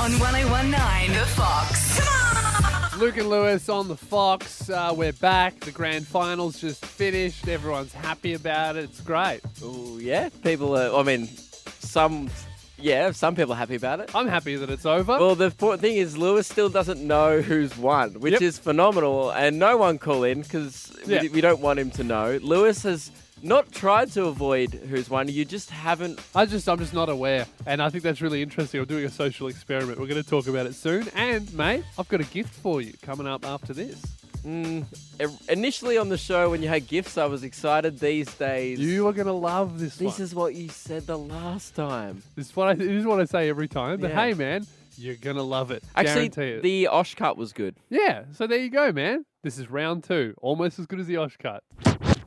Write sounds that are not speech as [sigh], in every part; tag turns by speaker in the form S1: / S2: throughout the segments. S1: on 1019 The Fox.
S2: Luke and Lewis on the Fox. Uh, we're back. The grand finals just finished. Everyone's happy about it. It's great.
S3: Ooh, yeah, people are. I mean, some. Yeah, some people are happy about it.
S2: I'm happy that it's over.
S3: Well, the important thing is Lewis still doesn't know who's won, which
S2: Yep.
S3: is phenomenal, and no one call in because
S2: Yeah.
S3: we, we don't want him to know. Lewis has not tried to avoid who's won. You just haven't.
S2: I just, I'm just not aware, and I think that's really interesting. We're doing a social experiment. We're going to talk about it soon. And mate, I've got a gift for you coming up after this.
S3: i- e, Initially on the show when you had gifts, I was excited. These days,
S2: You are going to love this.
S3: this
S2: one.
S3: is what you said the last time.
S2: this is what I, this is what I say every time. But
S3: Yeah.
S2: hey, man, you're going to love it.
S3: Actually,
S2: Guarantee it.
S3: the Osh cut was good.
S2: Yeah, so there you go, man. This is round two, almost as good as the Oshcut.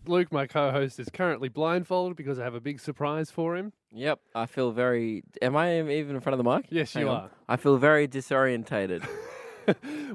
S2: Luke, my co-host, is currently blindfolded because I have a big surprise for him.
S3: Yep, I feel very. Am I even in front of the mic?
S2: Yes, you
S3: on.
S2: are.
S3: I feel very disorientated.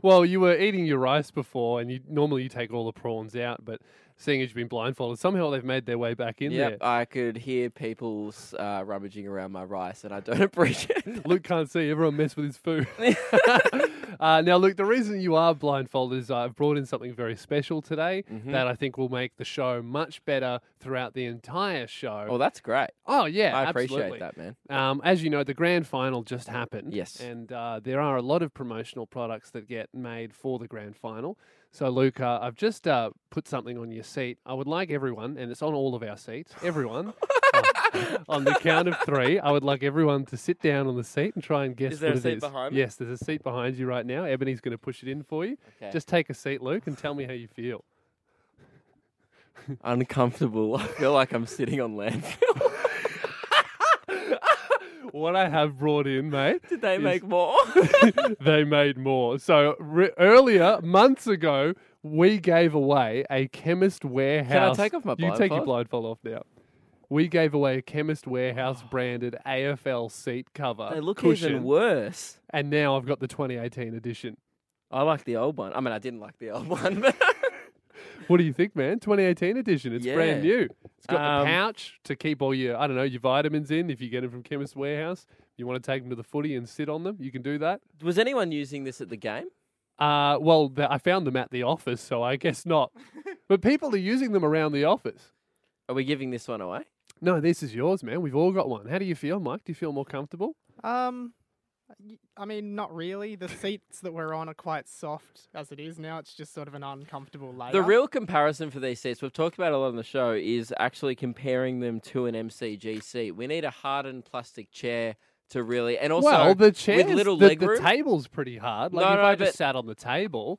S2: Well, you were eating your rice before, and you normally you take all the prawns out, but seeing as you've been blindfolded, somehow they've made their way back in
S3: yep,
S2: there.
S3: I could hear people s- uh, rummaging around my rice, and I don't [laughs] appreciate. it.
S2: Luke can't see. Everyone mess with his
S3: [laughs]
S2: food. [laughs] uh, now, Luke, the reason you are blindfolded is I've brought in something very special today
S3: Mm-hmm.
S2: that I think will make the show much better throughout the entire show.
S3: Well, that's great.
S2: oh, yeah,
S3: I appreciate
S2: absolutely.
S3: that, man.
S2: Um, as you know, the grand final just happened.
S3: Yes.
S2: And uh, there are a lot of promotional products that get made for the grand final. So, Luke, uh, I've just uh, put something on your seat. I would like everyone, and it's on all of our seats,
S3: [laughs]
S2: everyone, uh, on the count of three, I would like everyone to sit down on the seat and try and guess
S3: Is there a
S2: what it
S3: seat behind me?
S2: Yes, there's a seat behind you right now. Ebony's going to push it in for you.
S3: Okay.
S2: Just take a seat, Luke, and tell me how you feel.
S3: [laughs] Uncomfortable. I feel like I'm sitting on [laughs] landfill.
S2: What I have brought in, mate.
S3: Did [laughs] they
S2: is-
S3: make more?
S2: they made more. So re- earlier, months ago, we gave away a chemist warehouse.
S3: take off my
S2: You take your
S3: blindfold?
S2: blindfold off now. We gave away a chemist warehouse branded AFL seat cover.
S3: they look
S2: cushion,
S3: even worse.
S2: And now I've got the 2018 edition.
S3: I like the old one. I mean, I didn't like the old [laughs] one, but
S2: What do you think, man? 2018 edition. It's brand
S3: Yeah.
S2: new. It's got
S3: Um,
S2: the pouch to keep all your, I don't know, your vitamins in if you get them from Chemist Warehouse. You want to take them to the footy and sit on them, you can do that.
S3: was anyone using this at the game?
S2: Uh, well, th I found them at the office, so I guess not. but people are using them around the office.
S3: Are we giving this one away?
S2: No, this is yours, man. We've all got one. How do you feel, Mike? Do you feel more comfortable?
S4: Um, y- I mean, not really. The seats that we're on are quite soft as it is now. It's just sort of an uncomfortable layer.
S3: The real comparison for these seats, we've talked about a lot on the show, is actually comparing them to an MCG seat. We need a hardened plastic chair to really, and also
S2: well, the chairs,
S3: with little
S2: the,
S3: leg
S2: the
S3: room.
S2: table's pretty hard. Like
S3: No,
S2: if
S3: no,
S2: I just
S3: but-
S2: sat on the table,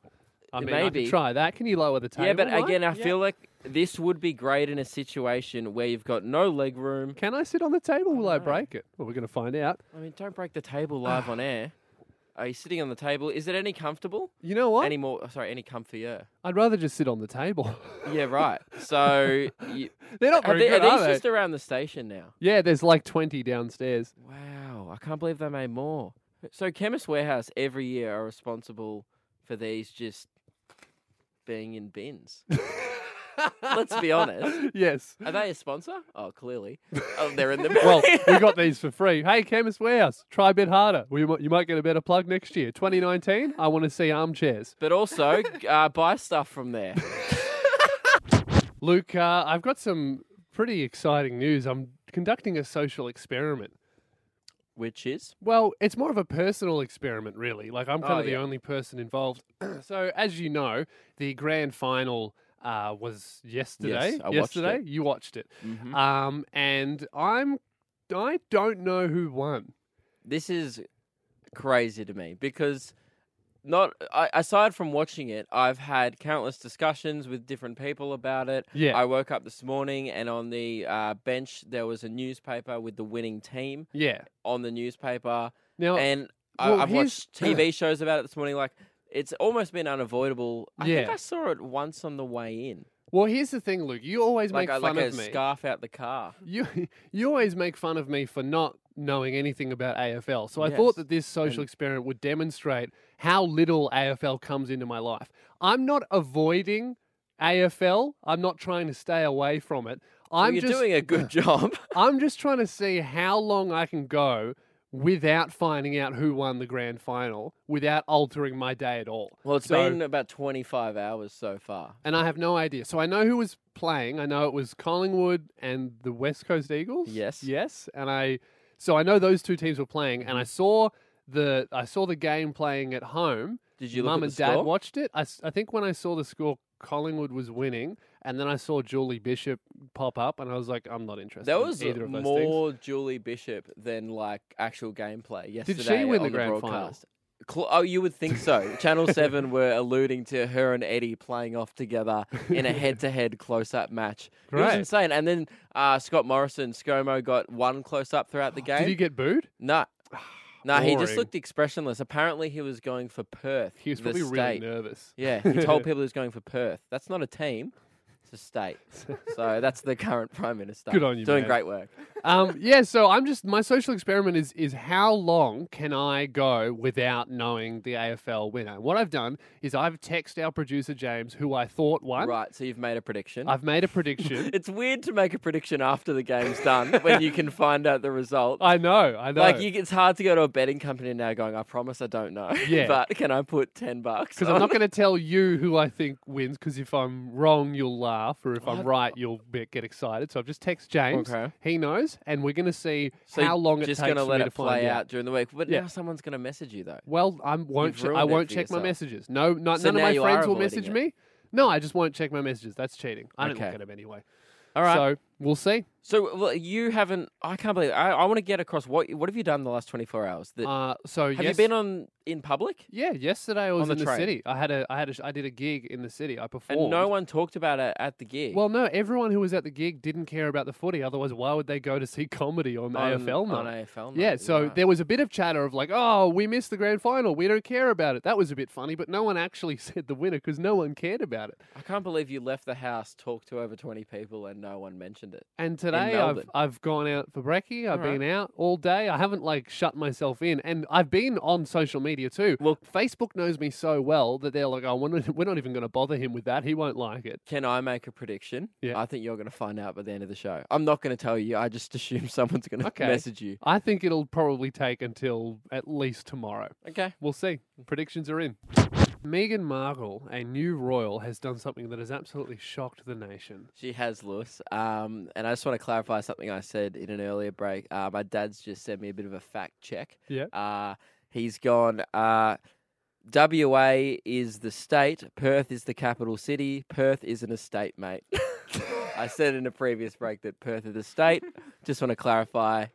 S2: I mean, I could
S3: Maybe.
S2: try that. Can you lower the table?
S3: yeah, but
S2: Mike?
S3: again, I
S4: Yeah.
S3: feel like this would be great in a situation where you've got no leg room.
S2: can I sit on the table? Will I break it? Well, we're going to find out.
S3: I mean, don't break the table live
S2: [sighs]
S3: on air. Are you sitting on the table? Is it any comfortable?
S2: You know what?
S3: Any more? oh, Sorry, any comfier?
S2: I'd rather just sit on the table. [laughs]
S3: Yeah, right. So, you,
S2: They're not
S3: are,
S2: very
S3: the-
S2: good,
S3: are
S2: are
S3: these
S2: they?
S3: just around the station now?
S2: yeah, there's like 20 downstairs. [laughs]
S3: Wow, I can't believe they made more. So Chemist Warehouse every year are responsible for these just being
S2: [laughs]
S3: in bins. Let's be honest.
S2: yes.
S3: Are they a sponsor? Oh,
S2: [laughs]
S3: clearly. Oh, they're in the bin.
S2: Well,
S3: [laughs]
S2: we got these for free. Hey, Chemist Warehouse, try a bit harder. We, mi- you might get a better plug next year. 2019, I want to see armchairs.
S3: but also uh, buy stuff from there.
S2: Luke, uh, I've got some pretty exciting news. I'm conducting a social experiment.
S3: Which is
S2: Well, it's more of a personal experiment, really. Like, I'm kind
S3: Oh,
S2: of the
S3: yeah.
S2: only person involved. [clears throat] so, as you know, the grand final uh, was yesterday.
S3: Yes, I watched Mm-hmm.
S2: yesterday, you watched it. Um, and I'm. I don't know who won.
S3: this is crazy to me because not I, aside from watching it, I've had countless discussions with different people about it.
S2: Yeah.
S3: I woke up this morning and on the uh, bench there was a newspaper with the winning team
S2: Yeah.
S3: on the newspaper,
S2: Now,
S3: and I,
S2: Oh, well,
S3: I've
S2: here's-
S3: watched
S2: [clears throat]
S3: TV shows about it this morning. Like it's almost been unavoidable. I think
S2: Yeah.
S3: I saw it once on the way in,
S2: well, here's the thing, Luke. You always
S3: like
S2: make
S3: I,
S2: fun
S3: like a
S2: of me.
S3: scarf out the car.
S2: you [laughs] you always make fun of me for not knowing anything about AFL. So I thought
S3: Yes,
S2: that this social experiment would demonstrate how little AFL comes into my life. I'm not avoiding AFL. I'm not trying to stay away from it.
S3: Well,
S2: I'm [laughs]
S3: you're
S2: [clears throat] just
S3: doing a good job.
S2: I'm just trying to see how long I can go without finding out who won the grand final, without altering my day at all.
S3: Well, it's
S2: So-
S3: been about 25 hours so far.
S2: And I have no idea. So I know who was playing. I know it was Collingwood and the West Coast Eagles.
S3: Yes.
S2: Yes. And I so I know those two teams were playing and I saw the I saw the game playing at home.
S3: Did you look
S2: Mum
S3: at
S2: and
S3: the
S2: Dad
S3: score?
S2: watched it. I, s- I think when I saw the score Collingwood was winning and then I saw Julie Bishop pop up and I was like I'm not interested.
S3: There
S2: in
S3: was
S2: either of those things.
S3: more Julie Bishop than like actual gameplay yesterday.
S2: she win the
S3: on
S2: grand final?
S3: broadcast. Cl- oh, you would think so.
S2: [laughs]
S3: Channel Seven were alluding to her and Eddie playing off together
S2: [laughs]
S3: in a head-to-head close-up match. It was
S2: Great.
S3: insane. And then uh, Scott Morrison, Scomo got one close-up throughout the
S2: [gasps]
S3: game.
S2: Did he get booed? [sighs]
S3: No. No, he just
S2: Boring.
S3: looked expressionless. Apparently, he was going for Perth.
S2: He was
S3: the
S2: probably
S3: state.
S2: really nervous.
S3: Yeah, he told people he was going for Perth. That's not a team, it's a
S2: [laughs]
S3: state. so that's the current Prime Minister.
S2: Good on you,
S3: Doing
S2: man.
S3: great work.
S2: um, yeah, so I'm just my social experiment is is how long can I go without knowing the AFL winner? What I've done is I've texted our producer James, who I thought won.
S3: Right, so you've made a prediction.
S2: I've
S3: [laughs]
S2: made a prediction.
S3: It's weird to make a prediction after the game's done [laughs] when you can find out the result.
S2: I know, I know.
S3: Like, you, it's hard to go to a betting company now going, I promise I don't know. [laughs]
S2: Yeah.
S3: but can I put 10 bucks?
S2: because I'm
S3: [laughs]
S2: not going to tell you who I think wins. Because if I'm wrong, you'll laugh, or if I'm right, you'll be, get excited. So I've just texted James.
S3: Okay.
S2: He knows, and we're going to see [laughs] how long it
S3: just
S2: takes
S3: gonna
S2: for
S3: let
S2: me
S3: it
S2: to
S3: play
S2: find
S3: out. during the week. But
S2: Yeah.
S3: now someone's going to message you, though.
S2: Well, I won't.
S3: You've
S2: Che- I
S3: ruined it
S2: won't
S3: for
S2: check
S3: yourself.
S2: my messages. No, not,
S3: So
S2: none of
S3: now
S2: my
S3: you are
S2: friends will
S3: avoiding
S2: message
S3: it.
S2: me. No, I just won't check my messages. That's cheating. I don't
S3: Okay.
S2: look at them anyway.
S3: All right.
S2: So we'll see.
S3: So, well, you haven't. I can't believe. I, I want to get across. What What have you done the last twenty four hours? That,
S2: Uh, so
S3: have
S2: yes,
S3: you been on in public?
S2: Yeah, yesterday I was
S3: the
S2: in the
S3: train?
S2: city. I had a, I had a, sh- I did a gig in the city. I performed.
S3: And no one talked about it at the gig.
S2: Well, no, everyone who was at the gig didn't care about the footy. Otherwise, why would they go to see comedy on,
S3: on,
S2: AFL night?
S3: on AFL. Night,
S2: Yeah, so
S3: right.
S2: there was a bit of chatter of like, oh, we missed the grand final. We don't care about it. That was a bit funny, but no one actually [laughs] said the winner because no one cared about it.
S3: I can't believe you left the house, talked to over twenty people, and no one mentioned it.
S2: And today
S3: Melbourne.
S2: I've I've gone out for brekkie. I've
S3: Alright.
S2: been out all day. I haven't like shut myself in, and I've been on social media too.
S3: Well-
S2: Facebook knows me so well that they're like, "Oh, we're not, we're not even going to bother him with that. He won't like it."
S3: Can I make a prediction?
S2: Yeah.
S3: I think you're going to find out by the end of the show. I'm not going to tell you. I just [laughs] assume someone's going to
S2: Okay.
S3: message you.
S2: I think it'll probably take until at least tomorrow.
S3: Okay.
S2: We'll see. Predictions are in. Meghan Markle, a new royal, has done something that has absolutely shocked the nation.
S3: She has, Lewis. Um, and I just want to clarify something I said in an earlier break. Uh, my dad's just sent me a bit of a fact check.
S2: Yeah.
S3: Uh, he's gone. Uh, WA is the state. Perth is the capital city. Perth is an estate, mate. I said in a previous break that Perth is a state. Just want to clarify.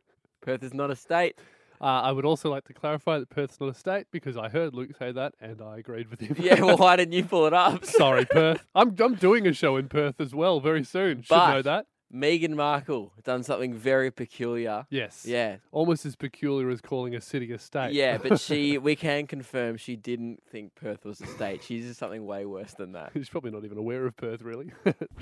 S3: Perth is not a state.
S2: Uh, I would also like to clarify that Perth's not a state because I heard Luke say that and I agreed with him.
S3: Yeah, well, why didn't you pull it up?
S2: Sorry, Perth. I'm I'm doing a show in Perth as well very soon. Should
S3: But-
S2: know that.
S3: Meghan Markle done something very peculiar.
S2: Yes.
S3: Yeah,
S2: Almost as peculiar as calling a city a state.
S3: Yeah, but she we can confirm she didn't think Perth was a state. She did something way worse than that.
S2: [laughs] She's probably not even aware of Perth, really.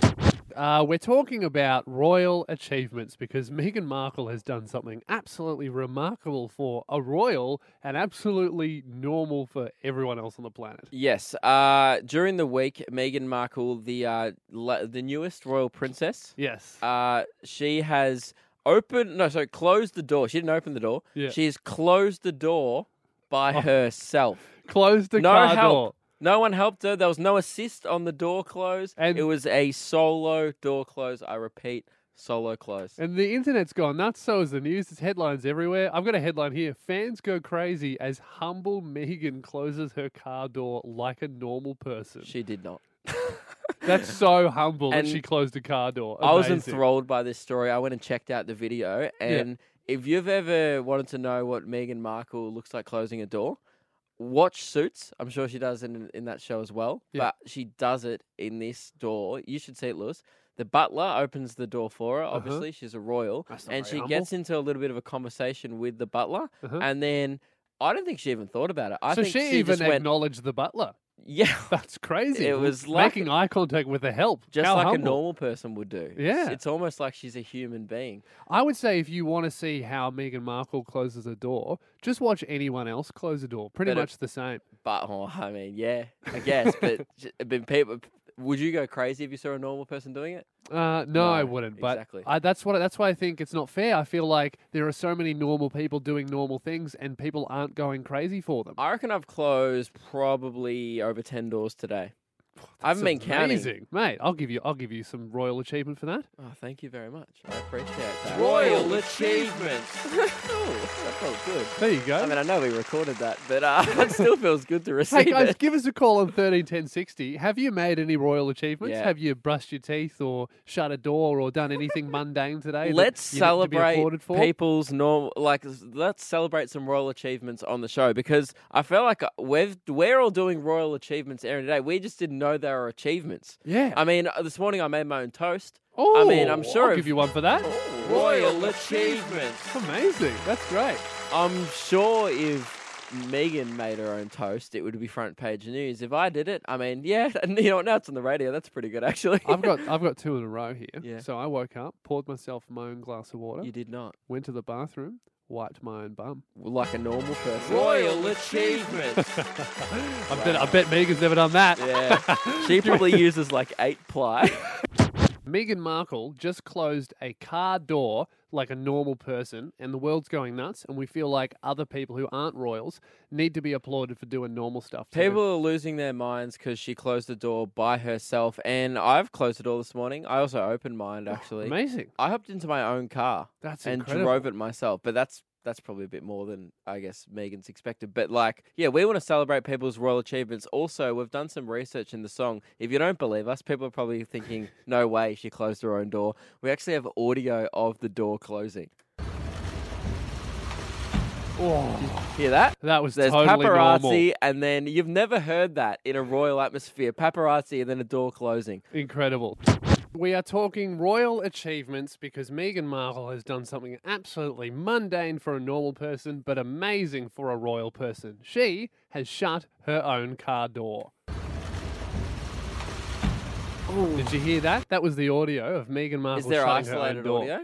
S2: [laughs] uh, we're talking about royal achievements because Meghan Markle has done something absolutely remarkable for a royal and absolutely normal for everyone else on the planet.
S3: Yes. Uh, during the week, Meghan Markle, the uh, la- the newest royal princess,
S2: Yes.
S3: uh, she has opened no, so closed the door. She didn't open the door.
S2: Yeah. Oh.
S3: She has closed the door by herself.
S2: Close the
S3: no
S2: car
S3: help.
S2: door.
S3: No one helped her. There was no assist on the door close.
S2: And-
S3: it was a solo door close. I repeat, solo close.
S2: And the internet's gone nuts. So is the news. There's headlines everywhere. I've got a headline here. Fans go crazy as humble Megan closes her car door like a normal person.
S3: she did not.
S2: That's so humble
S3: And
S2: that she closed a car door.
S3: I was
S2: Amazing.
S3: enthralled by this story. I went and checked out the video. And if you've ever wanted to know what Meghan Markle looks like closing a door, watch Suits. I'm sure she does in in that show as well.
S2: Yeah.
S3: But she does it in this door. You should see it, Lewis. The butler opens the door for her. Obviously, she's a royal,
S2: Uh-huh. That's not
S3: and
S2: very
S3: she
S2: humble.
S3: gets into a little bit of a conversation with the butler,
S2: Uh-huh.
S3: and then. I don't think she even thought about it. I
S2: so
S3: think
S2: she, even
S3: just went,
S2: acknowledged the butler.
S3: [laughs]
S2: [laughs]
S3: yeah,
S2: That's crazy.
S3: It
S2: M-
S3: was like-
S2: making eye contact with the help.
S3: just
S2: How
S3: like a
S2: humble.
S3: normal person would do. It's-
S2: Yeah.
S3: it's almost like she's a human being.
S2: I would say if you want to see how Meghan Markle closes a door, just watch anyone else close a door. Pretty
S3: Better-
S2: much the same. [laughs]
S3: But oh, I mean, yeah, I guess. But j- but people, Would you go crazy if you saw a normal person doing it?
S2: Uh, no, I
S3: No,
S2: wouldn't. But
S3: exactly.
S2: I, that's what. That's why I think it's not fair. I feel like there are so many normal people doing normal things, and people aren't going crazy for them.
S3: I reckon I've closed probably over ten doors today. I haven't been
S2: That's
S3: counting.
S2: amazing. mate. I'll give you. I'll give you some royal achievement for that.
S3: Oh, thank you very much. I appreciate that.
S5: Royal
S3: [laughs]
S5: achievements.
S3: oh, that felt good.
S2: There you go.
S3: I mean, I know we recorded that, but uh, [laughs] it still feels good to
S2: Hey
S3: receive
S2: guys,
S3: it.
S2: give us a call on thirteen ten sixty. Have you made any royal achievements?
S3: Yeah.
S2: Have you brushed your teeth or shut a door or done
S3: [laughs]
S2: anything mundane today? that
S3: Let's
S2: you need to be
S3: celebrate
S2: applauded for?
S3: people's normal, like s- let's celebrate some royal achievements on the show because I feel like uh, we've we're all doing royal achievements every day. We just didn't know there were achievements.
S2: Yeah.
S3: I mean, uh, this morning I made my own toast.
S2: oh,
S3: I mean, I'm sure
S2: I'll
S3: if-
S2: give you one for that.
S5: Royal achievements.
S2: Amazing. That's great.
S3: I'm sure if Megan made her own toast, it would be front page news. If I did it, I mean, [laughs] yeah, and you know, what, now it's on the radio. That's pretty good, actually.
S2: I've got I've got two in a row here.
S3: Yeah.
S2: So I woke up, poured myself my own glass of water,
S3: [laughs] you did not,
S2: went to the bathroom, wiped my own bum.
S3: like a normal person. [laughs]
S5: Royal achievements.
S2: I bet I bet Megan's never done that.
S3: Yeah, she
S2: [laughs]
S3: probably uses like eight ply.
S2: Meghan Markle just closed a car door like a normal person, and the world's going nuts. And we feel like other people who aren't royals need to be applauded for doing normal stuff. too.
S3: People are losing their minds because she closed the door by herself, and I've closed the door this morning. I also opened mine actually.
S2: Oh, amazing.
S3: I hopped into my own car
S2: That's
S3: and
S2: incredible.
S3: drove it myself, but that's that's probably a bit more than I guess Megan's expected. But like, yeah, we want to celebrate people's royal achievements. Also, we've done some research in the song. If you don't believe us, people are probably
S2: [laughs]
S3: thinking, "No way, she closed her own door." We actually have audio of the door closing.
S2: Oh,
S3: Hear that?
S2: that was
S3: There's
S2: totally
S3: paparazzi,
S2: normal.
S3: and then you've never heard that in a royal atmosphere. Paparazzi, and then a door closing.
S2: Incredible. We are talking royal achievements because Meghan Markle has done something absolutely mundane for a normal person, but amazing for a royal person. She has shut her own car door. Did you hear that? That was the audio of Meghan Markle
S3: Is there
S2: shutting her own
S3: isolated
S2: door.
S3: audio?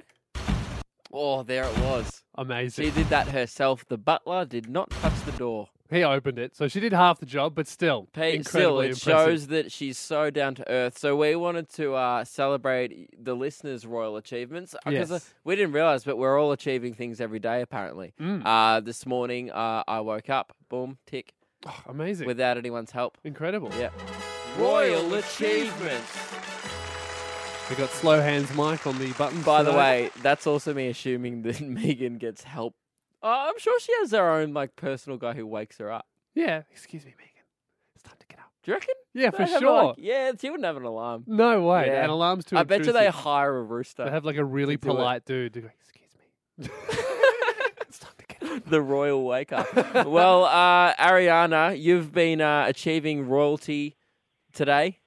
S3: Oh, there it was.
S2: Amazing.
S3: She did that herself. The butler did not touch the door.
S2: he opened it, so she did half the job, but still,
S3: Pete, still,
S2: incredibly
S3: it
S2: impressive.
S3: shows that she's so down to earth. So we wanted to uh, celebrate the listeners' royal achievements because
S2: Yes.
S3: we didn't realize, but we're all achieving things every day. Apparently,
S2: Mm.
S3: uh, this morning uh, I woke up, boom, tick,
S2: Oh, amazing,
S3: without anyone's help.
S2: incredible.
S3: Yeah,
S5: Royal achievements.
S2: We got slow hands Mike on the buttons.
S3: By the
S2: today.
S3: way, that's also me assuming that [laughs] Megan gets help. Uh, I'm sure she has her own like personal guy who wakes her up.
S2: yeah. Excuse me, Megan. It's time to get up.
S3: Do you reckon?
S2: Yeah, for
S3: They have,
S2: sure.
S3: like- yeah, she wouldn't have an alarm.
S2: No way.
S3: Yeah.
S2: An alarm's too
S3: I bet you they
S2: intrusive.
S3: hire a
S2: They
S3: rooster.
S2: have like a really
S3: do it.
S2: polite dude to go, excuse me. It's time to [gasps] get up."
S3: [laughs] the royal wake up.
S2: [laughs]
S3: well, uh, Ariana, you've been uh, achieving royalty today.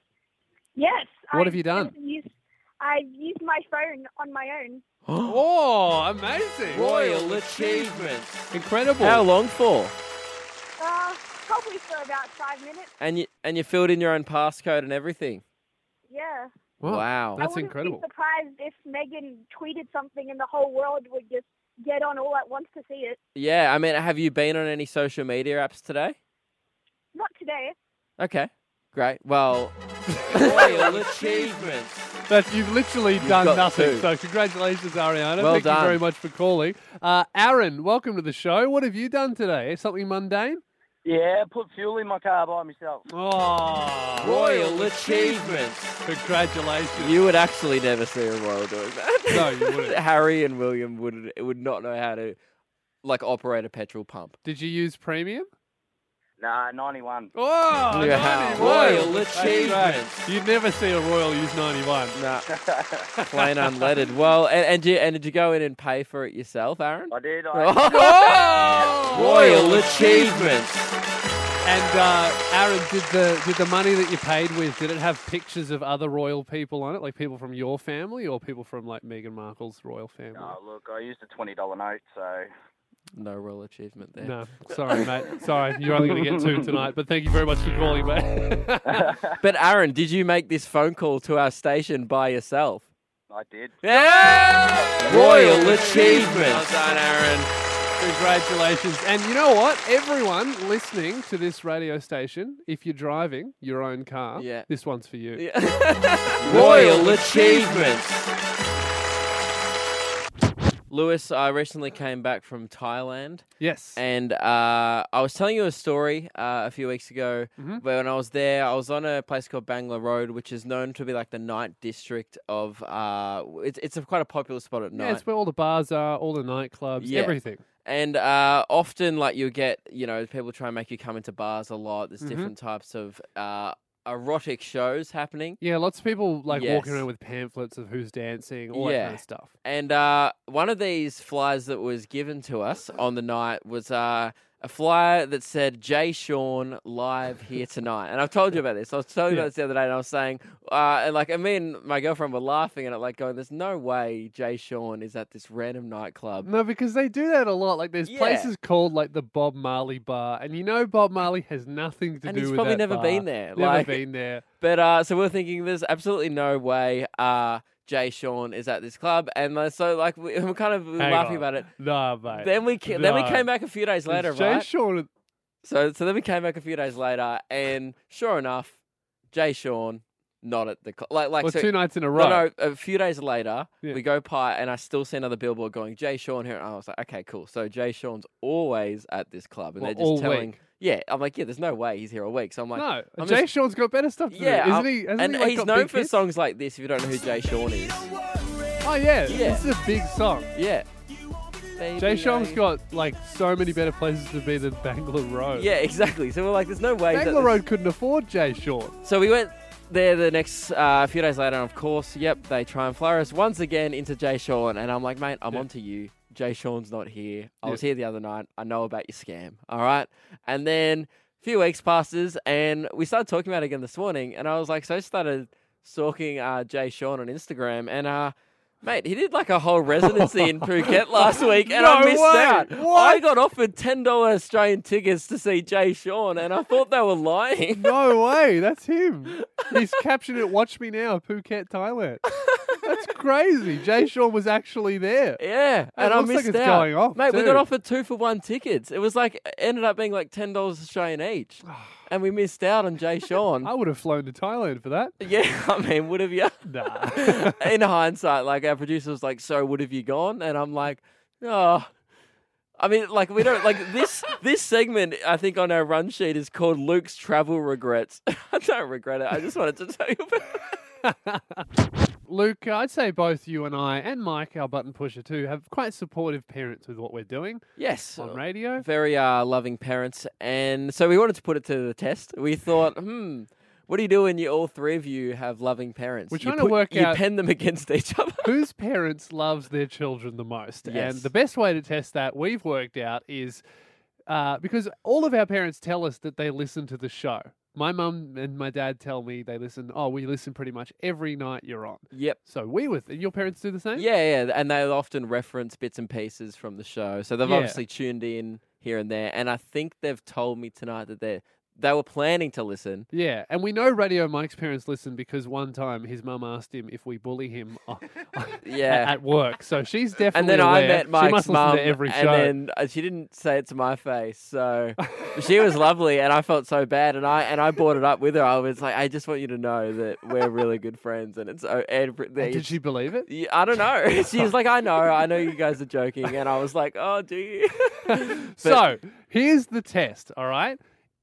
S6: Yes.
S2: What have you done?
S6: I've used, I've used my phone on my own.
S2: Oh, amazing.
S5: Royal achievements.
S2: Incredible.
S3: How long for?
S6: Uh, probably for about five minutes.
S3: And you and you filled in your own passcode and everything.
S6: Yeah.
S3: Wow.
S2: That's
S6: I wouldn't
S2: incredible.
S6: be surprised if Megan tweeted something and the whole world would just get on all at once to see it.
S3: Yeah, I mean, have you been on any social media apps today?
S6: Not today.
S3: Okay, great. Well,
S5: Royal achievements.
S2: That you've literally done
S3: got
S2: nothing.
S3: two.
S2: So congratulations, Ariana.
S3: Well
S2: Thank you very
S3: done.
S2: much for calling. Uh, Aaron, welcome to the show. What have you done today? Something mundane?
S7: Yeah, put fuel in my car by myself.
S2: Oh,
S5: Royal achievements.
S2: Congratulations.
S3: you would actually never see a royal doing that.
S2: No, you wouldn't.
S3: [laughs] Harry and William would would not know how to like operate a petrol pump.
S2: Did you use premium?
S7: Nah, 91.
S2: Oh,
S3: Yeah.
S2: 91.
S5: Royal
S2: That's great.
S5: achievements.
S2: You'd never see a Royal use [laughs] 91.
S3: Nah, plain unleaded. Well, and and, you, and did you go in and pay for it yourself, Aaron?
S7: I did. I,
S3: Oh!
S5: Royal achievements.
S2: And uh, Aaron, did the did the money that you paid with did it have pictures of other royal people on it, like people from your family or people from like Meghan Markle's royal family?
S7: oh, look, I used a $20 note, so.
S3: No real achievement there.
S2: No, sorry, mate. Sorry, you're only going to get two tonight. But thank you very much for calling, mate.
S3: [laughs] But Aaron, did you make this phone call to our station by yourself?
S7: I did.
S3: Yeah!
S5: Royal achievements.
S3: Well done, Aaron.
S2: Congratulations. And you know what? Everyone listening to this radio station, if you're driving your own car,
S3: Yeah.
S2: this one's for you.
S5: Royal achievements.
S3: Lewis, I recently came back from Thailand.
S2: Yes.
S3: And uh, I was telling you a story uh, a few weeks ago.
S5: Mm-hmm.
S2: Mhm.
S3: Where when I was there, I was on a place called Bangla Road, which is known to be like the night district of. Uh, it's it's a, quite a popular spot at
S2: yeah,
S3: night.
S2: it's where all the bars are, all the nightclubs,
S3: Yeah.
S2: everything.
S3: and uh, often, like you get, you know, people try and make you come into bars a lot. There's
S5: Mm-hmm.
S2: Mhm.
S3: different types of uh, erotic shows happening.
S2: Yeah, lots of people like walking
S3: Yes.
S2: around with pamphlets of who's dancing, all that kind
S3: Yeah.
S2: of stuff.
S3: And uh, one of these flyers that was given to us on the night was uh, a flyer that said Jay Sean live here tonight. And I've told you about this. I was telling you
S2: Yeah.
S3: about this the other day, and I was saying, uh, and like, and me and my girlfriend were laughing at it, like going, "There's no way Jay Sean is at this random nightclub."
S2: No, because they do that a lot. Like there's
S3: Yeah.
S2: places called like the Bob Marley Bar, and you know Bob Marley has nothing to
S3: And
S2: do
S3: he's
S2: with
S3: probably
S2: that
S3: never
S2: bar.
S3: been there,
S2: Never
S3: like-
S2: been there.
S3: But uh, so we we're thinking, there's absolutely no way uh, Jay Sean is at this club, and uh, so like we, we're kind of
S2: Hang
S3: laughing
S2: on.
S3: about it.
S2: Nah, mate.
S3: Then we ca- then we
S2: No.
S3: came back a few days later,
S2: Is Jay
S3: right?
S2: Sean.
S3: So so then we came back a few days later, and sure enough, Jay Sean not at the cl- like like
S2: Well,
S3: so,
S2: two nights in a row.
S3: no no a few days later
S2: Yeah.
S3: we go pie and I still see another billboard going Jay Sean here, and I was like, okay, cool. So Jay Sean's always at this club, and
S2: Well,
S3: they're just
S2: all
S3: telling
S2: week.
S3: yeah, I'm like, yeah, there's no way he's here all week. So I'm like,
S2: No,
S3: I'm
S2: Jay
S3: just-
S2: Sean's got better stuff to
S3: yeah,
S2: do,
S3: I'm-
S2: isn't he? Hasn't
S3: and
S2: he, like,
S3: he's
S2: got
S3: known
S2: big
S3: for
S2: hits?
S3: songs like this. If you don't know who Jay Sean is,
S2: Oh yeah,
S3: Yeah.
S2: this is a big song.
S3: yeah.
S2: Jay
S3: Baby,
S2: Sean's
S3: I-
S2: got like so many better places to be than Bangalore Road.
S3: Yeah, exactly. So we're like, there's no way. he's at
S2: Bangalore
S3: this-
S2: Road couldn't afford Jay Sean.
S3: So we went there the next uh, few days later, and of course, yep, they try and flourish once again into Jay Sean, and I'm like, mate, I'm
S2: Yeah.
S3: onto you. Jay Sean's not here. I
S2: Yeah.
S3: was here the other night. I know about your scam. All right, and then a few weeks passes, and we started talking about it again this morning, and I was like, so I started stalking uh, Jay Sean on Instagram, and uh. Mate, he did like a whole residency
S2: [laughs]
S3: in Phuket last week, and I
S2: No
S3: missed
S2: way.
S3: out. I
S2: What?
S3: got offered ten dollars Australian tickets to see Jay Sean, and I thought they were lying.
S2: No way, that's him. He's captioned it. Watch me now, Phuket, Thailand. That's crazy. Jay Sean was actually there.
S3: Yeah, and I
S2: looks like
S3: missed
S2: it's
S3: out.
S2: going off,
S3: Mate, we got
S2: too.
S3: offered two for one tickets. It was like it ended up being like ten dollars
S2: [sighs]
S3: Australian each, and we missed out on Jay
S2: [laughs]
S3: Sean.
S2: I would have flown to Thailand for that.
S3: yeah, I mean, would
S2: [laughs]
S3: have you?
S2: Nah.
S3: In hindsight, like our producer was like, "So would have you gone?" And I'm like, "Oh." I mean, like we don't like this. This segment, I think, on our run sheet is called Luke's travel regrets. [laughs] I don't regret it. I just wanted to tell you about.
S2: Luke, I'd say both you and I and Mike, our button pusher too, have quite supportive parents with what we're doing
S3: Yes,
S2: on radio.
S3: very uh, loving parents, and so we wanted to put it to the test.
S2: [laughs]
S3: We thought, hmm, what do you do when you all three of you have loving parents?
S2: We're
S3: You
S2: trying to
S3: put-
S2: work
S3: you
S2: out-
S3: pen them against
S2: [laughs]
S3: each other.
S2: whose parents loves their children the most
S3: Yes.
S2: and the best way to test that we've worked out is uh, because all of our parents tell us that they listen to the show my mum and my dad tell me they listen oh we listen pretty much every night you're on
S3: Yep.
S2: so we with and your parents do the same
S3: Yeah, yeah, and they often reference bits and pieces from the show, so they've
S2: Yeah.
S3: obviously tuned in here and there. And I think they've told me tonight that they they were planning to listen.
S2: [laughs] yeah and we know radio mike's parents listen because one time his mum asked him if we bully him [laughs] o-
S3: Yeah.
S2: at work so she's definitely
S3: And then I
S2: aware.
S3: met
S2: she
S3: Mike's
S2: must
S3: mum,
S2: listen to every show
S3: and then uh, she didn't say it to my face, so [laughs] she was lovely, and I felt so bad, and I and I brought it up with her. I was like, I just want you to know that we're really good friends, and it's oh, everything.
S2: And did she believe it
S3: I don't
S2: [laughs]
S3: know. She was like, I know, I know you guys are joking, and I was like, oh, do you? [laughs]
S2: so here's the test, all right?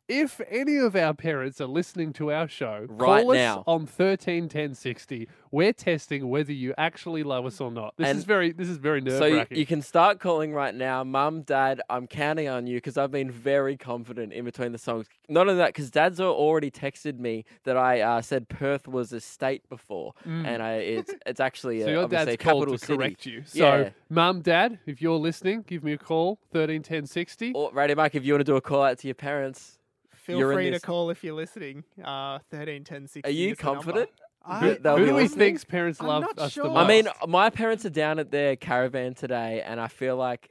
S2: If any of our parents are listening to our show,
S3: Right
S2: call
S3: now.
S2: us on thirteen ten sixty. We're testing whether you actually love us or not. This
S3: And-
S2: is very this is very nerve
S3: So you,
S2: wracking.
S3: you can start calling right now, Mum, Dad. I'm counting on you because I've been very confident in between the songs. Not only that, because Dad's al- already texted me that I uh, said Perth was a state before, and I
S2: [laughs]
S3: it's it's actually
S2: Mm. so
S3: a,
S2: your
S3: obviously
S2: dad's
S3: a
S2: called
S3: capital
S2: to
S3: city.
S2: correct you. So,
S3: Yeah.
S2: mum, dad, if you're listening, give me a call thirteen ten sixty.
S3: Or Radio Mike, if you want to do a call out to your parents,
S4: Feel
S3: You're in
S4: free to
S3: this-
S4: call if you're listening. Uh, thirteen ten
S3: are
S4: sixty.
S3: you
S4: is the number.
S3: confident?
S4: I,
S3: they'll
S2: Who
S3: be
S2: do we
S3: listening?
S2: think's parents
S4: I'm
S2: love
S4: not
S2: us the
S4: sure.
S2: most?
S3: I mean, my parents are down at their caravan today, and I feel like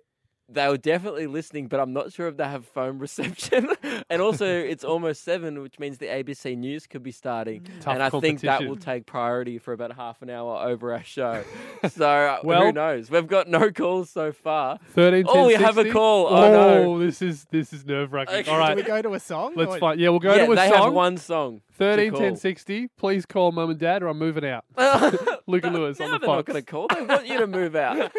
S3: they were definitely listening, but I'm not sure if they have phone reception. [laughs]
S2: [laughs]
S3: and also, it's almost seven, which means the ABC News could be starting.
S2: Mm. Tough
S3: and I think that will
S2: competition.
S3: take priority for about half an hour over our
S2: [laughs]
S3: show. so uh, who
S2: Well-
S3: knows? We've got no calls so far.
S2: 13,
S3: Oh, we have a
S2: 1060?
S3: call. Oh, no.
S2: this is this is nerve wracking.
S3: Okay.
S2: All
S4: Do we
S2: right,
S4: go to a song?
S2: let's
S4: or-
S2: find. Yeah, we'll go
S3: yeah,
S2: to a
S3: they have
S2: song.
S3: one song. to
S2: 13,
S3: call.
S2: 1060. Please call mum and dad, or I'm moving
S3: [laughs]
S2: out. Luke and
S3: No,
S2: Lewis on
S3: no,
S2: the Fox.
S3: they're not going to call. They want you to
S2: [laughs]
S3: move out.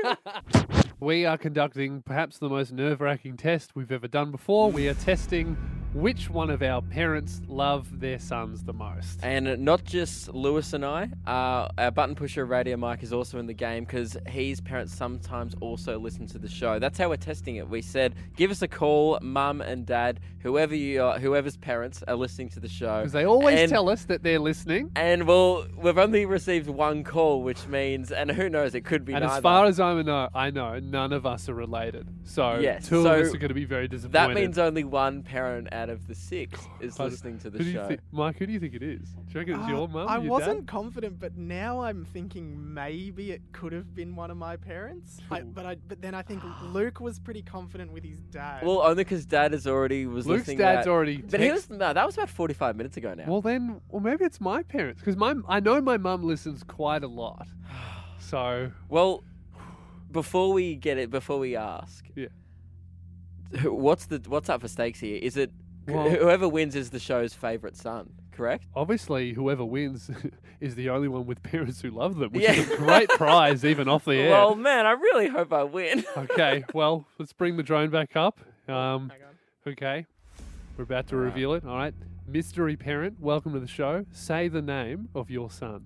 S2: We are conducting perhaps the most nerve wracking test we've ever done before. We are testing which one of our parents love their sons the most.
S3: And not just Lewis and I, uh, our button pusher Radio Mike is also in the game because his parents sometimes also listen to the show. That's how we're testing it. We said, give us a call, mum and dad, whoever you are, whoever's parents are listening to the show.
S2: Because they always
S3: And-
S2: tell us that they're listening.
S3: And well, we've only received one call, which means, and who knows, it could be
S2: And
S3: neither.
S2: as far as I'm know, I know none of us are related. So
S3: Yes,
S2: two
S3: so
S2: of us are going to be very disappointed.
S3: that means only one parent out of
S2: [sighs]
S3: the six is
S2: Pardon.
S3: listening to
S2: Who
S3: the
S2: do you
S3: show.
S2: thi- Mike, who do you think it is? Do you reckon it's
S4: Uh,
S2: your mum?
S4: I
S2: your
S4: wasn't
S2: Dad?
S4: confident, but now I'm thinking maybe it could have been one of my parents. I,
S2: Ooh.
S4: but I, but then I think
S3: [sighs]
S4: Luke was pretty confident with his dad.
S3: Well, only because dad is already was
S2: Luke's
S3: listening.
S2: dad's
S3: that-
S2: already.
S3: But he
S2: text-
S3: was no, that was about forty-five minutes ago now.
S2: Well, then, well, maybe it's my parents because my I know my mum listens quite a
S3: [sighs]
S2: lot. So
S3: Well, before we get it, before we ask,
S2: Yeah.
S3: who- what's the what's up for stakes here? Is it wh-
S2: Well-
S3: whoever wins is the show's favorite son? Correct.
S2: obviously, whoever wins [laughs] is the only one with parents who love them, which is
S3: Yeah.
S2: a
S3: [laughs]
S2: great prize even off the air.
S3: Well, [laughs] man, I really hope I win. [laughs]
S2: okay, well, let's bring the drone back up. Um,
S4: Hang on.
S2: okay, we're about to reveal it. All right, mystery parent, welcome to the show. Say the name of your son.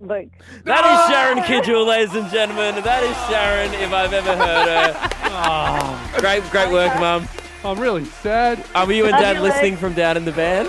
S6: Luke.
S3: that is Sharon Kidgel, ladies and gentlemen. That is Sharon, if I've ever heard her.
S2: [laughs] Oh,
S3: Great, great work, Mum.
S2: I'm really sad.
S3: Are you and
S6: Love
S3: Dad
S6: you, Luke.
S3: listening from down in the van?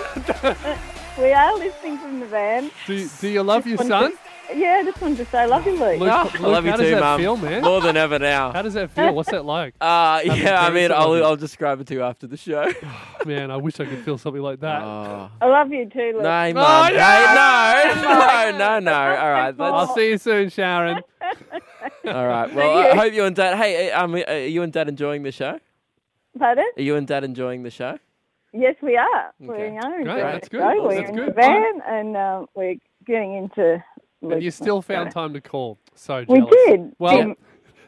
S6: We are listening from the van.
S2: Do, do you love your
S6: Wanted
S2: son?
S6: to- yeah, just wanted to say love you, Luke.
S2: Luke,
S3: Ah,
S2: Luke,
S3: I love you
S2: how
S3: too,
S2: does that
S3: Mum.
S2: feel, man?
S3: More than ever now.
S2: How does that feel? What's that like? [laughs]
S3: Uh, yeah, I
S2: parents
S3: mean,
S2: that love
S3: I'll,
S2: you.
S3: I'll describe it to you after the show.
S2: [laughs] Man, I wish I could feel something like that.
S3: Oh.
S6: I love you too, Luke.
S3: No,
S2: Oh,
S3: Mum.
S2: no!
S3: Hey,
S2: [laughs]
S3: no, no, no, no. All right, let's,
S2: I'll see you soon, Sharon.
S3: all
S6: [laughs]
S3: right. Well, I
S6: Thank you.
S3: hope you and Dad. Hey, uh, um, are you and Dad enjoying the show?
S6: Pardon?
S3: Are you and Dad enjoying the show?
S6: Yes, we are.
S3: Okay.
S6: We are enjoying
S2: that's
S6: it.
S2: good.
S6: So We're
S2: That's
S6: in
S2: good.
S6: the van and um, we're getting into.
S2: And you
S6: Luke's
S2: still
S6: next
S2: found
S6: show.
S2: time to call. So
S6: We
S2: jealous.
S6: did.
S2: Well,
S6: Um,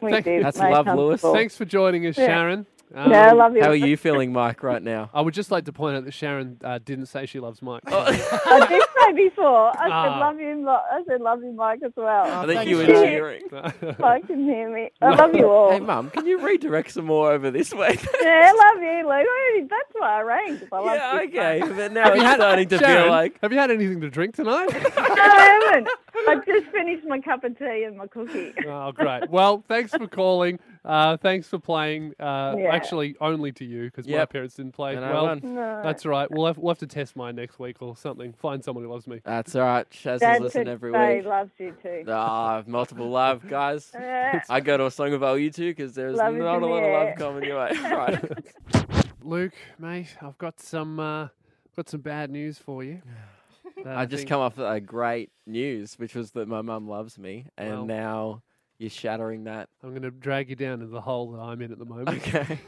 S6: we
S2: thank-
S6: did.
S3: That's
S6: made
S3: love,
S6: time
S3: Lewis.
S6: for-
S2: Thanks for joining us,
S6: Yeah.
S2: Sharon. Um,
S6: No, I love you.
S3: How are you feeling, Mike, right now?
S2: I would just like to point out that Sharon uh, didn't say she loves Mike.
S6: [laughs]
S3: Oh.
S2: [laughs]
S6: I did say before. I
S2: Ah.
S6: said love you. Lo- I said love you, Mike, as well.
S3: I
S4: Oh,
S3: think
S4: thanks,
S3: you were
S6: Sharon.
S3: cheering. [laughs]
S6: Mike can hear me. I love you all.
S3: Hey, Mum, can you redirect some more over this way?
S6: [laughs] yeah, I love you, Luke. I already, that's why I rang. 'cause I love
S3: [laughs] yeah,
S6: you.
S3: okay. But now it's starting to
S2: Sharon,
S3: feel like.
S2: Have you had anything to drink
S3: [laughs]
S2: tonight?
S6: [laughs] No, I haven't. I just finished my cup of tea and my cookie.
S2: oh, great. Well, thanks for calling. Uh, thanks for playing. Uh,
S6: Yeah.
S2: Actually, only to you because my
S3: Yep.
S2: parents didn't play.
S3: And I
S2: well,
S3: won.
S6: No.
S2: that's all right. We'll have, we'll have to test mine next week or something. Find someone who loves me.
S3: That's all right. Shaz is
S6: Dad
S3: listening
S6: said
S3: every
S6: Faye
S3: week.
S6: loves you too.
S3: Ah, multiple love, guys.
S6: Yeah.
S3: I go to a song about you two because there's
S6: Love is
S3: not
S6: in
S3: a lot
S6: the
S3: of love
S6: air.
S3: coming your
S6: [laughs]
S3: way. Right.
S2: Luke, mate, I've got some uh, got some bad news for you. [laughs]
S3: I just come off a great news, which was that my mum loves me, and
S2: Well.
S3: now you're shattering that.
S2: I'm going to drag you down into the hole that I'm in at the moment.
S3: [laughs] Okay.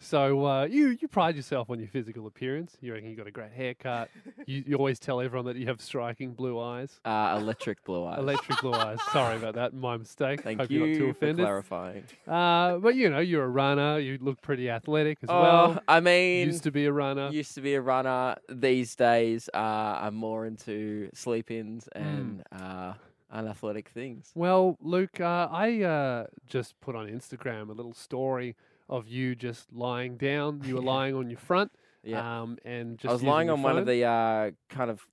S2: So uh, you you pride yourself on your physical appearance. You reckon you got a great haircut. you, you always tell everyone that you have striking blue eyes,
S3: Uh, electric blue eyes.
S2: electric blue
S3: [laughs]
S2: eyes. Sorry about that, my mistake.
S3: Thank
S2: Hope
S3: you
S2: are not too
S3: for
S2: offended.
S3: clarifying.
S2: Uh, but you know you're a runner. You look pretty athletic as
S3: Oh,
S2: well.
S3: I mean,
S2: Used to be a runner.
S3: be a runner. These days, uh, I'm more into sleep-ins and
S2: Hmm.
S3: uh, unathletic things.
S2: Well, Luke, uh, I uh, just put on Instagram a little story of you just lying down. You were
S3: [laughs]
S2: lying on your front.
S3: Yeah.
S2: Um, and just
S3: I was
S2: using
S3: lying
S2: your
S3: on one of
S2: phone.
S3: the uh, kind of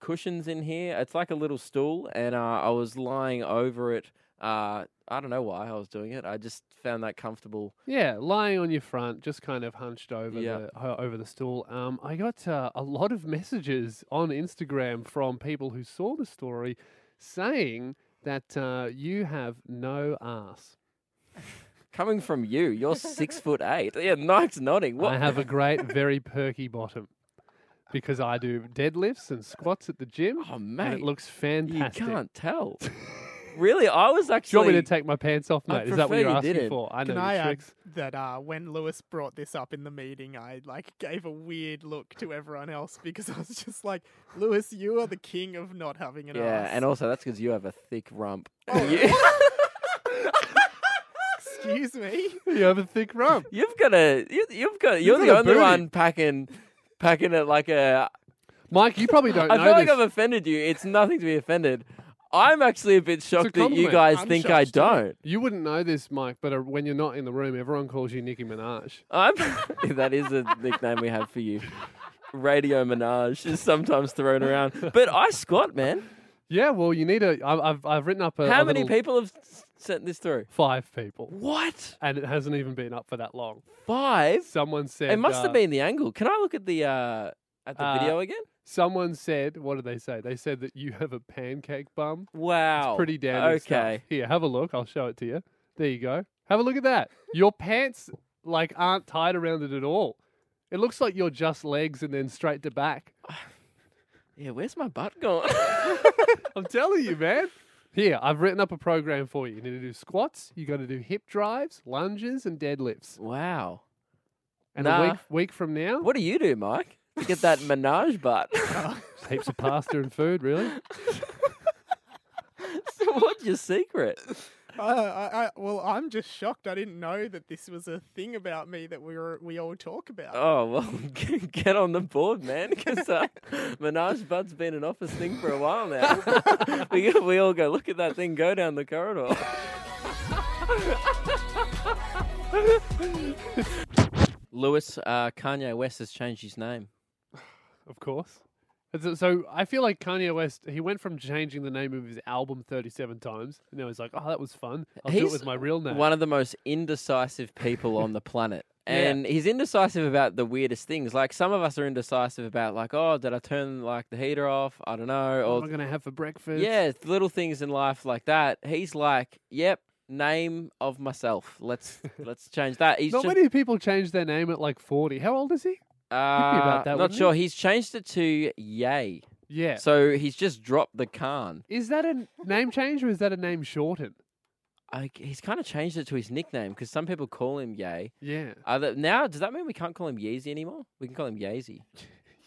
S3: cushions in here. It's like a little stool, and uh, I was lying over it. Uh, I don't know why I was doing it. I just found that comfortable.
S2: Yeah, lying on your front, just kind of hunched over
S3: Yeah.
S2: the ho- over the stool. Um, I got uh, a lot of messages on Instagram from people who saw the story, saying that uh, you have no ass.
S3: Coming from you, you're
S2: [laughs]
S3: six foot eight. Yeah, Nike's nodding. What?
S2: I have a
S3: [laughs]
S2: great, very perky bottom because I do deadlifts and squats at the gym,
S3: oh,
S2: and
S3: mate,
S2: it looks
S3: you
S2: [laughs] fantastic.
S3: can't tell. really, I was
S2: Do you
S3: actually.
S2: want me to take my pants off,
S3: I
S2: mate? Is that what
S3: prefer
S2: you're
S3: you
S2: asking
S3: didn't.
S2: for? I know
S4: Can
S2: the
S4: I
S3: [laughs]
S4: add
S2: tricks.
S4: that uh, when Lewis brought this up in the meeting, I like gave a weird look to everyone else [laughs] because I was just like, Lewis, you are the king of not having an
S3: yeah,
S4: ass.
S3: and also that's because you have a thick rump.
S4: excuse me.
S2: You have a thick rump.
S3: You've got a. You, you've got. You're
S2: got
S3: the
S2: a
S3: only
S2: booty.
S3: one packing, packing it like a.
S2: [laughs] Mike, you probably don't
S3: I
S2: know
S3: feel like
S2: this.
S3: I've offended you. It's nothing to be offended. I'm actually a bit shocked that you
S2: compliment.
S3: guys
S4: I'm
S3: think I
S4: shocked too.
S3: don't.
S2: You wouldn't know this, Mike, but uh, when you're not in the room, everyone calls you Nicki Minaj.
S3: I'm, [laughs] that is a nickname we have for you. Radio Minaj is sometimes thrown around, but I squat, man.
S2: Yeah, well, you need a. I- I've I've written up a.
S3: How
S2: a
S3: many
S2: little-
S3: people have s- sent this through?
S2: Five people,
S3: What?
S2: and it hasn't even been up for that long.
S3: Five?
S2: Someone said
S3: It must
S2: uh,
S3: have been the angle. Can I look at the uh, at the
S2: Uh,
S3: video again?
S2: Someone said, what did they say? They said that you have a pancake bum.
S3: Wow,
S2: Pretty damn
S3: Okay,
S2: Here, have a look. I'll show it to you. There you go. Have a look at that. Your pants like aren't tied around it at all. It looks like you're just legs and then straight to back.
S3: yeah. Where's my butt
S2: [laughs]
S3: gone?
S2: I'm telling you, man. Here, I've written up a program for you. You need to do squats, you got to do hip drives, lunges, and deadlifts.
S3: wow.
S2: And a
S3: Nah.
S2: week, week from now,
S3: What do you do, Mike? To
S2: [laughs]
S3: get that Minaj butt?
S2: heaps of pasta and food, really.
S3: so what's your secret?
S4: Uh, I, I, well, I'm just shocked. I didn't know that this was a thing about me that we were we all talk about.
S3: Oh well, [laughs] get get on the board, man, because uh, Minaj Bud's been an office thing for a while now. [laughs] we we all go look at that thing go down
S2: [laughs]
S3: the corridor. [laughs] Lewis, uh, Kanye West has changed his name.
S2: Of course. And So, so I feel like Kanye West, he went from changing the name of his album 37 times, and now he's like, oh, that was fun. I'll do it
S3: He's
S2: with my real name.
S3: One of the most indecisive people on the planet.
S2: [laughs] Yeah.
S3: And he's indecisive about the weirdest things. Like some of us are indecisive about like, oh, did I turn like the heater off? I don't know.
S2: what
S3: Or
S2: am I going to have for breakfast?
S3: Yeah, it's little things in life like that. He's like, "Yep, name of myself.
S2: [laughs]
S3: Let's let's change that." He's
S2: Not
S3: just,
S2: many people change their name at like 40. How old is he?
S3: uh,
S2: about that,
S3: not
S2: wouldn't
S3: sure. He's changed it to Yay.
S2: Yeah.
S3: So he's just dropped the Khan.
S2: is that a name change or is that a name shortened?
S3: I, he's kind of changed it to his nickname because some people call him Yay.
S2: Yeah.
S3: Other, now, does that mean we can't call him Yeezy anymore? We can call him Yeezy.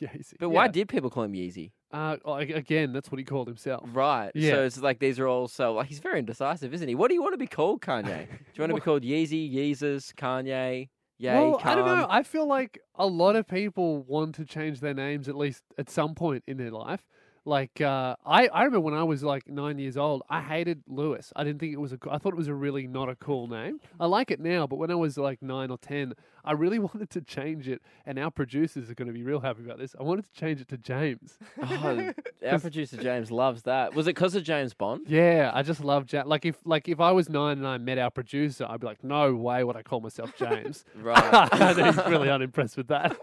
S2: Yeezy.
S3: But why
S2: [laughs] Yeah.
S3: did people call him Yeezy?
S2: Uh, oh, ag- again, that's what he called himself.
S3: Right.
S2: Yeah.
S3: So it's like these are all so like he's very indecisive, isn't he? What do you want to be called, [laughs] Kanye? do you want to be called Yeezy, Yeezus, Kanye? Yay,
S2: well,
S3: Khan?
S2: I don't know. I feel like a lot of people want to change their names at least at some point in their life. Like uh, I, I remember when I was like nine years old, I hated Lewis. I didn't think it was a. co- I thought it was a really not a cool name. I like it now, but when I was like nine or ten, I really [laughs] wanted to change it. And our producers are going to be real happy about this. I wanted to change it to James.
S3: Oh,
S2: [laughs]
S3: our producer James loves that. Was it because of James Bond?
S2: Yeah, I just love James. Like if like if I was nine and I met our producer, I'd be like, no way would I call myself James. [laughs] I know he's really unimpressed with that.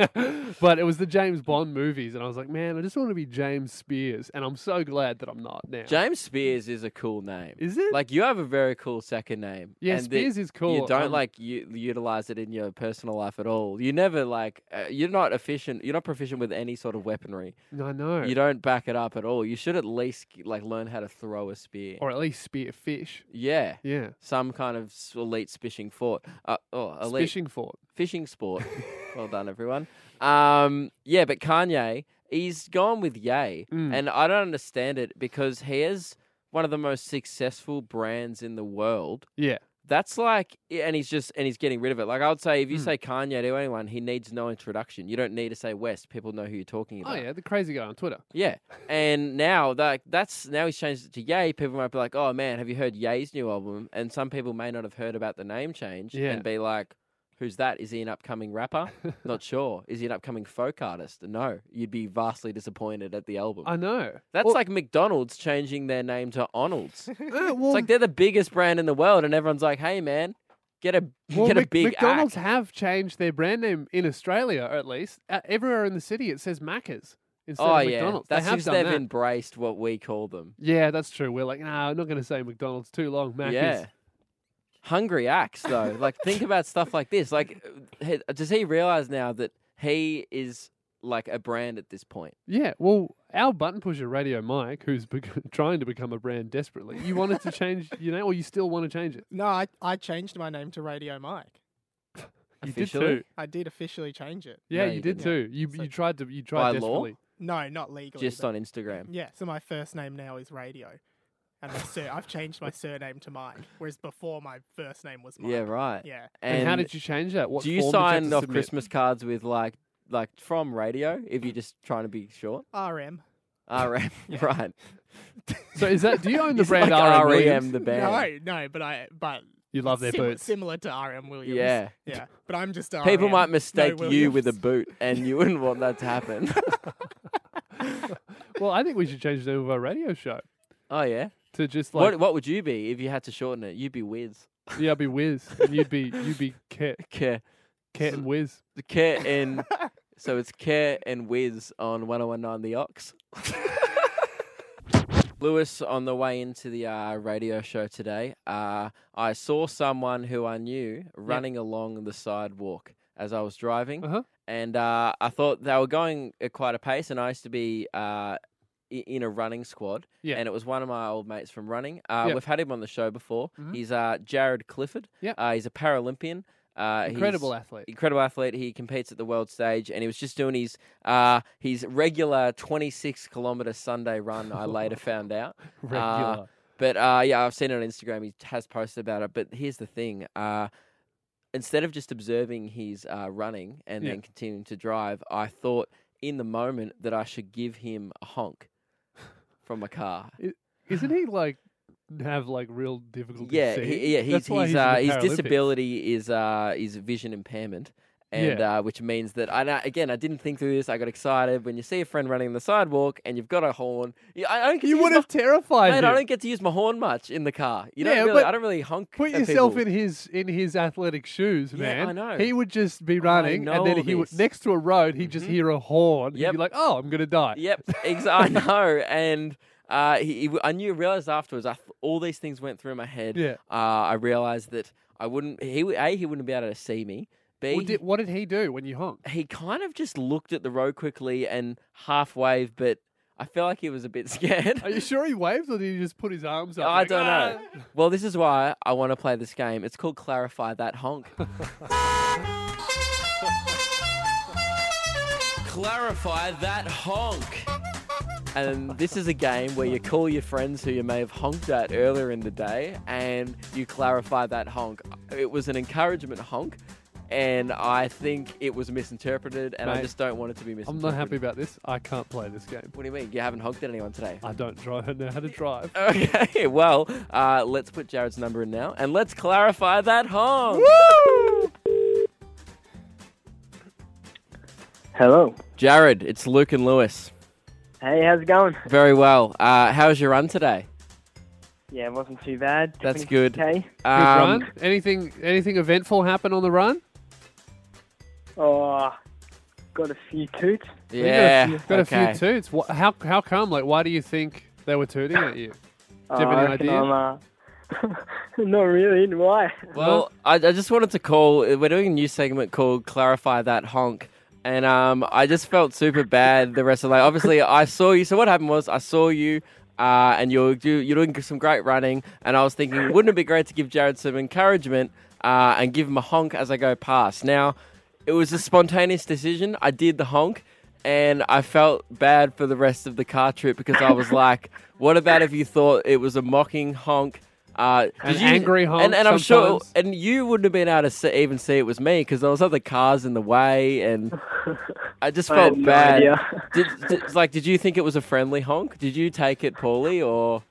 S2: [laughs] but it was the James Bond movies, and I was like, man, I just want to be James Spears, and I'm so glad that I'm not now.
S3: [laughs] James Spears is a cool name.
S2: is it?
S3: Like you have a very cool second name.
S2: yeah,
S3: and that
S2: Spears is cool.
S3: You don't
S2: Um,
S3: like u- utilize it in your personal life at all. You never like. Uh, you're not efficient. You're not proficient with any sort of weaponry.
S2: I know.
S3: You don't back it up at all. You should at least like learn how to throw a spear.
S2: or at least spear fish.
S3: yeah.
S2: Yeah.
S3: Some kind of s- elite fishing fort. Uh, oh, elite
S2: Fishing fort. [laughs]
S3: fishing sport. well done, everyone. Um, yeah, but Kanye, he's gone with Yay,
S2: Mm.
S3: and I don't understand it because he has one of the most successful brands in the world.
S2: Yeah.
S3: That's like, yeah, and he's just and he's getting rid of it. Like I would say, if you
S2: Mm.
S3: say Kanye to anyone, he needs no introduction. You don't need to say West; people know who you're talking
S2: Oh
S3: about.
S2: yeah, the crazy guy on Twitter.
S3: Yeah. And now that that's now he's changed it to Yay. People might be like, "Oh man, have you heard Yay's new album?" And some people may not have heard about the name change
S2: Yeah.
S3: and be like, "Who's that? Is he an upcoming
S2: [laughs]
S3: rapper? not sure. Is he an upcoming folk artist? No. You'd be vastly disappointed at the album."
S2: I know.
S3: that's
S2: Well,
S3: like McDonald's changing their name to
S2: [laughs]
S3: Arnold's. it's
S2: uh, well,
S3: like they're the biggest brand in the world, and everyone's like, "Hey man, get a
S2: well,
S3: get a
S2: Mc-
S3: big
S2: McDonald's
S3: act."
S2: have changed their brand name in Australia, or at least uh, everywhere in the city, it says Macca's instead
S3: Oh
S2: of
S3: yeah,
S2: McDonald's.
S3: that's
S2: they have
S3: because
S2: done
S3: they've
S2: that.
S3: embraced what we call them.
S2: Yeah, that's true. We're like, nah, I'm not going to say McDonald's too long. Macca's.
S3: Yeah. Hungry acts, though. like,
S2: [laughs]
S3: think about stuff like this. Like, he- does he realize now that he is like a brand at this point?
S2: Yeah, well, Our button pusher, Radio Mike, who's bec [laughs] trying to become a brand desperately, you wanted to change your name, or you still want to change it?
S3: [laughs]
S4: No, I, I changed my name to Radio Mike.
S2: You
S3: Officially?
S2: did too.
S4: I did officially change it.
S2: Yeah,
S3: No,
S2: you
S3: you
S2: did
S3: didn't.
S2: too. You
S4: So-
S2: you tried to you tried
S3: By law?
S2: desperately.
S4: No, not legally.
S3: Just
S4: but-
S3: on Instagram.
S4: Yeah, so my first name now is Radio. And my sur- I've changed my surname to Mike, whereas before my first name was Mike.
S3: Yeah, right.
S4: Yeah.
S2: And, how did you change that? What
S3: do you
S2: form did have
S3: sign
S2: to
S3: off
S2: submit?
S3: Christmas cards with like like from radio if you're just trying to be short?
S2: [laughs]
S4: RM.
S3: RM, [laughs] right?
S2: So is that? Do you
S3: [laughs]
S2: own the
S3: It's
S2: brand
S3: like
S2: R&B?
S3: REM, the band.
S4: No, no, but I but
S2: You love their
S4: sim-
S2: boots.
S4: similar to RM Williams.
S3: Yeah.
S4: Yeah. But I'm just RM.
S3: People might
S4: no
S3: mistake you with a
S4: Williams.
S3: boot, and you wouldn't want that
S2: [laughs]
S3: to happen.
S2: Well, I think we should change the name of our radio show
S3: oh yeah.
S2: to just like
S3: What What would you be if you had to shorten it? You'd be Wiz.
S2: yeah, I'd be Wiz, and you'd be you'd be
S3: [laughs]
S2: Ket
S3: Care,
S2: Ket and Wiz.
S3: care and so it's care and Wiz on 1019
S2: [laughs]
S3: The Ox. Lewis, on the way into the uh, radio show today, uh, I saw someone who I knew running along the sidewalk as I was driving,
S2: Uh-huh.
S3: and uh, I thought they were going at quite a pace. And I used to be uh, i- in a running squad,
S2: Yeah.
S3: and it was one of my old mates from running. Uh,
S2: Yeah.
S3: We've had him on the show before.
S2: Mhm.
S3: He's uh, Jared Clifford.
S2: Yeah.
S3: Uh, he's a Paralympian. Uh, [laughs] he's-
S2: Incredible athlete.
S3: incredible athlete. He competes at the world stage, and he was just doing his uh, his regular 26 kilometer Sunday run. I later found out,
S2: Regular.
S3: but uh, yeah, I've seen it on Instagram. He has posted about it. But here's the thing: uh, instead of just observing his uh, running and
S2: Yeah.
S3: then continuing to drive, I thought in the moment that I should give him a honk from a car.
S2: Isn't he like have like real difficulty?
S3: Yeah,
S2: seeing?
S3: he, yeah. He's,
S2: That's why
S3: he's,
S2: in the
S3: uh, his
S2: Paralympics.
S3: disability is uh, is vision impairment, and uh, which means that I and I- again I didn't think through this. I got excited when you see a friend running on the sidewalk and you've got a horn. You- I, I don't get
S2: You
S3: to
S2: would
S3: use
S2: have terrified
S3: my, mate,
S2: him.
S3: I don't get to use my horn much in the car. You don't
S2: Yeah,
S3: really,
S2: but
S3: I don't really honk.
S2: Put
S3: at
S2: yourself
S3: people.
S2: in his in his athletic shoes,
S3: Yeah,
S2: man.
S3: I know.
S2: He would just be running, and
S3: know
S2: then he would
S3: this. Mm-hmm.
S2: next to a road, he'd just hear a horn. He'd
S3: Yep.
S2: be like, "Oh, I'm gonna die."
S3: Yep,
S2: [laughs]
S3: ex- I know. And uh, he, he, I knew, realized afterwards, I th- all these things went through my head.
S2: Yeah.
S3: Uh, I realized that I wouldn't. He would- a he wouldn't be able to see me. B
S2: Well, did, what did he do when you honked?
S3: he kind of just looked at the road quickly and half waved, but I feel like he was a bit [laughs] scared.
S2: Are you sure he waved, or did he just put his arms up?
S3: I
S2: like,
S3: don't know.
S2: "Ah?"
S3: Well, this is why I want to play this game. It's called Clarify That
S2: [laughs]
S3: Honk. Clarify That Honk. And this is a game where you call your friends who you may have honked at earlier in the day and you clarify that honk. It was an encouragement honk. And I think it was misinterpreted, and I
S2: Mate,
S3: just don't want it to be
S2: I'm
S3: misinterpreted.
S2: not happy about this. I can't play this game.
S3: What do you mean? You haven't honked at anyone today?
S2: I don't drive. [laughs] know how to drive.
S3: Okay, well, uh, let's put Jared's number in now and let's clarify that honk.
S7: Hello.
S3: Jared, it's Luke and Lewis.
S7: Hey, how's it going?
S3: Very well. Uh, how's your run today?
S7: Yeah, it wasn't too bad.
S3: That's good.
S7: Okay.
S2: Good
S3: Um,
S2: run. Anything? Anything eventful happen on the run?
S7: Oh, got a few toots.
S2: You got a
S3: Yeah.
S2: few- got a few,
S3: okay.
S2: toots. Wha how how come? Like, why do you think they were tooting at you? Do you have
S7: I
S2: any
S7: reckon
S2: idea?
S7: I'm, uh, [laughs] not really. Why?
S3: Well, I, I just wanted to call. We're doing a new segment called "Clarify That Honk," and um, I just felt super bad the rest of the day. Obviously, I saw you. So what happened was, I saw you, uh, and you're do, you're doing some great running, and I was thinking, wouldn't it be great to give Jared some encouragement uh, and give him a honk as I go past? Now, it was a spontaneous decision. I did the honk. And I felt bad for the rest of the car trip because I was like, "What about if you thought it was a mocking honk?" Uh,
S2: An
S3: did you-
S2: angry honk
S3: And, and I'm sure,
S2: sometimes.
S3: and you wouldn't have been able to see, even see it was me because there was other cars in the way, and I
S7: [laughs]
S3: just
S7: had
S3: felt
S7: no
S3: bad.
S7: idea.
S3: [laughs] Did, did- like, did you think it was a friendly honk? Did you take it poorly,
S7: [laughs]
S3: or?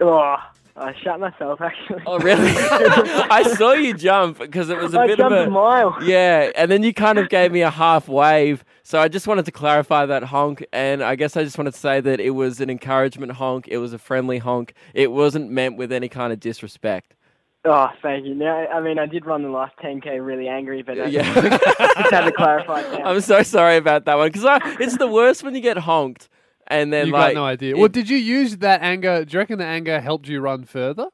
S7: Oh, I shut myself actually.
S3: Oh, really? [laughs] I saw you jump because it was a
S7: I
S3: bit
S7: jumped
S3: of a
S7: a, mile.
S3: [laughs] yeah, and then you kind of gave me a half wave. So I just wanted to clarify that honk, and I guess I just wanted to say that it was an encouragement honk. It was a friendly honk. It wasn't meant with any kind of disrespect.
S7: Oh, thank you. Now, I mean, I did run the last 10k really angry, but I
S3: Yeah.
S7: [laughs] just had to clarify. it now.
S3: I'm so sorry about that one because it's the worst when you get honked and then
S2: you
S3: like
S2: got no idea.
S3: it-
S2: well, did you use that anger? Do you reckon the anger helped you run further?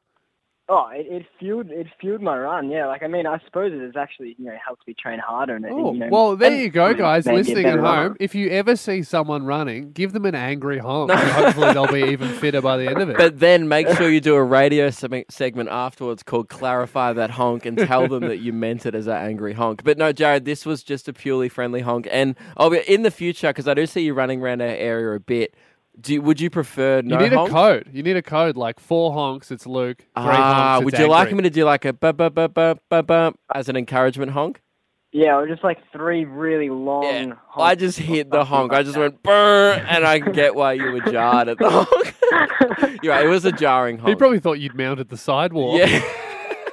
S7: Oh, it, it fueled it fueled my run. Yeah, like I mean, I suppose it has actually you know helped me train harder and it,
S2: Oh,
S7: you know,
S2: well, there
S7: and-
S2: you go,
S7: and
S2: guys,
S7: made me a
S2: listening at
S7: better
S2: home.
S7: runner.
S2: If you ever see someone running, give them an angry honk. and hopefully, they'll be even fitter by the end of it.
S3: [laughs] But then make sure you do a radio seg- segment afterwards called Clarify That Honk and tell them that you meant it as an angry honk. But no, Jared, this was just a purely friendly honk. And I'll be, in the future, because I do see you running around our area a bit, do, you- would you prefer
S2: you
S3: no
S2: need
S3: honks?
S2: a code. You need a code like four honks. It's Luke. Three
S3: Ah,
S2: honks.
S3: would
S2: it's
S3: you like
S2: angry.
S3: me to do like a bump, bump, bump, bump, bump, bump as an encouragement honk?
S7: Yeah, or just like three really long.
S3: Yeah.
S7: honks
S3: I just
S7: or
S3: hit the
S7: something
S3: honk.
S7: like
S3: I
S7: [laughs]
S3: just went burr, and I get why you were jarred at the honk.
S7: [laughs]
S3: [laughs] yeah, it was a jarring honk.
S2: He probably thought you'd mounted the sidewalk. [laughs]
S3: yeah.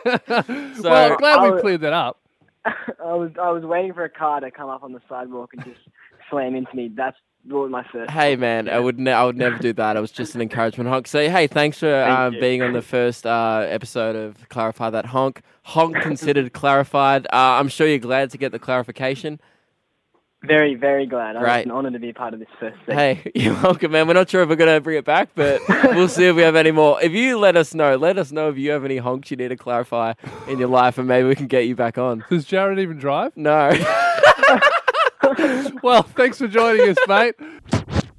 S2: well,
S3: So-
S2: I'm glad
S7: I
S2: we
S7: would-
S2: cleared that up.
S7: I was I was waiting for a car to come up on the sidewalk and just slam into me. That's what my
S3: [laughs]
S7: first.
S3: Hey man, I would ne- I would never do that. It was just an encouragement honk. So hey, thanks for uh,
S7: you.
S3: being on the first uh, episode of Clarify That Honk. Honk considered clarified. Uh, I'm sure you're glad to get the clarification.
S7: Very very glad. I
S3: Right.
S7: was an honor to be a part of this first. Thing.
S3: Hey, [laughs] you're welcome, man. We're not sure if we're gonna bring it back,
S7: [laughs]
S3: but we'll see if we have any more. If you let us know, let us know if you have any honks you need to clarify in your life, and maybe we can get you back on.
S2: Does Jared even drive?
S3: No.
S2: Well, thanks for joining us, mate.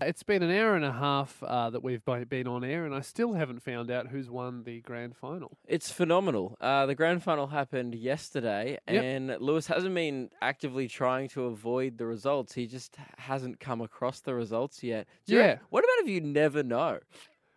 S2: It's been an hour and a half uh, that we've bo- been on air, and I still haven't found out who's won the grand final.
S3: It's phenomenal. Uh, the grand final happened yesterday,
S2: Yep.
S3: and Lewis hasn't been actively trying to avoid the results. He just h- hasn't come across the results yet. Do you
S2: Yeah.
S3: reckon- What about if you never know?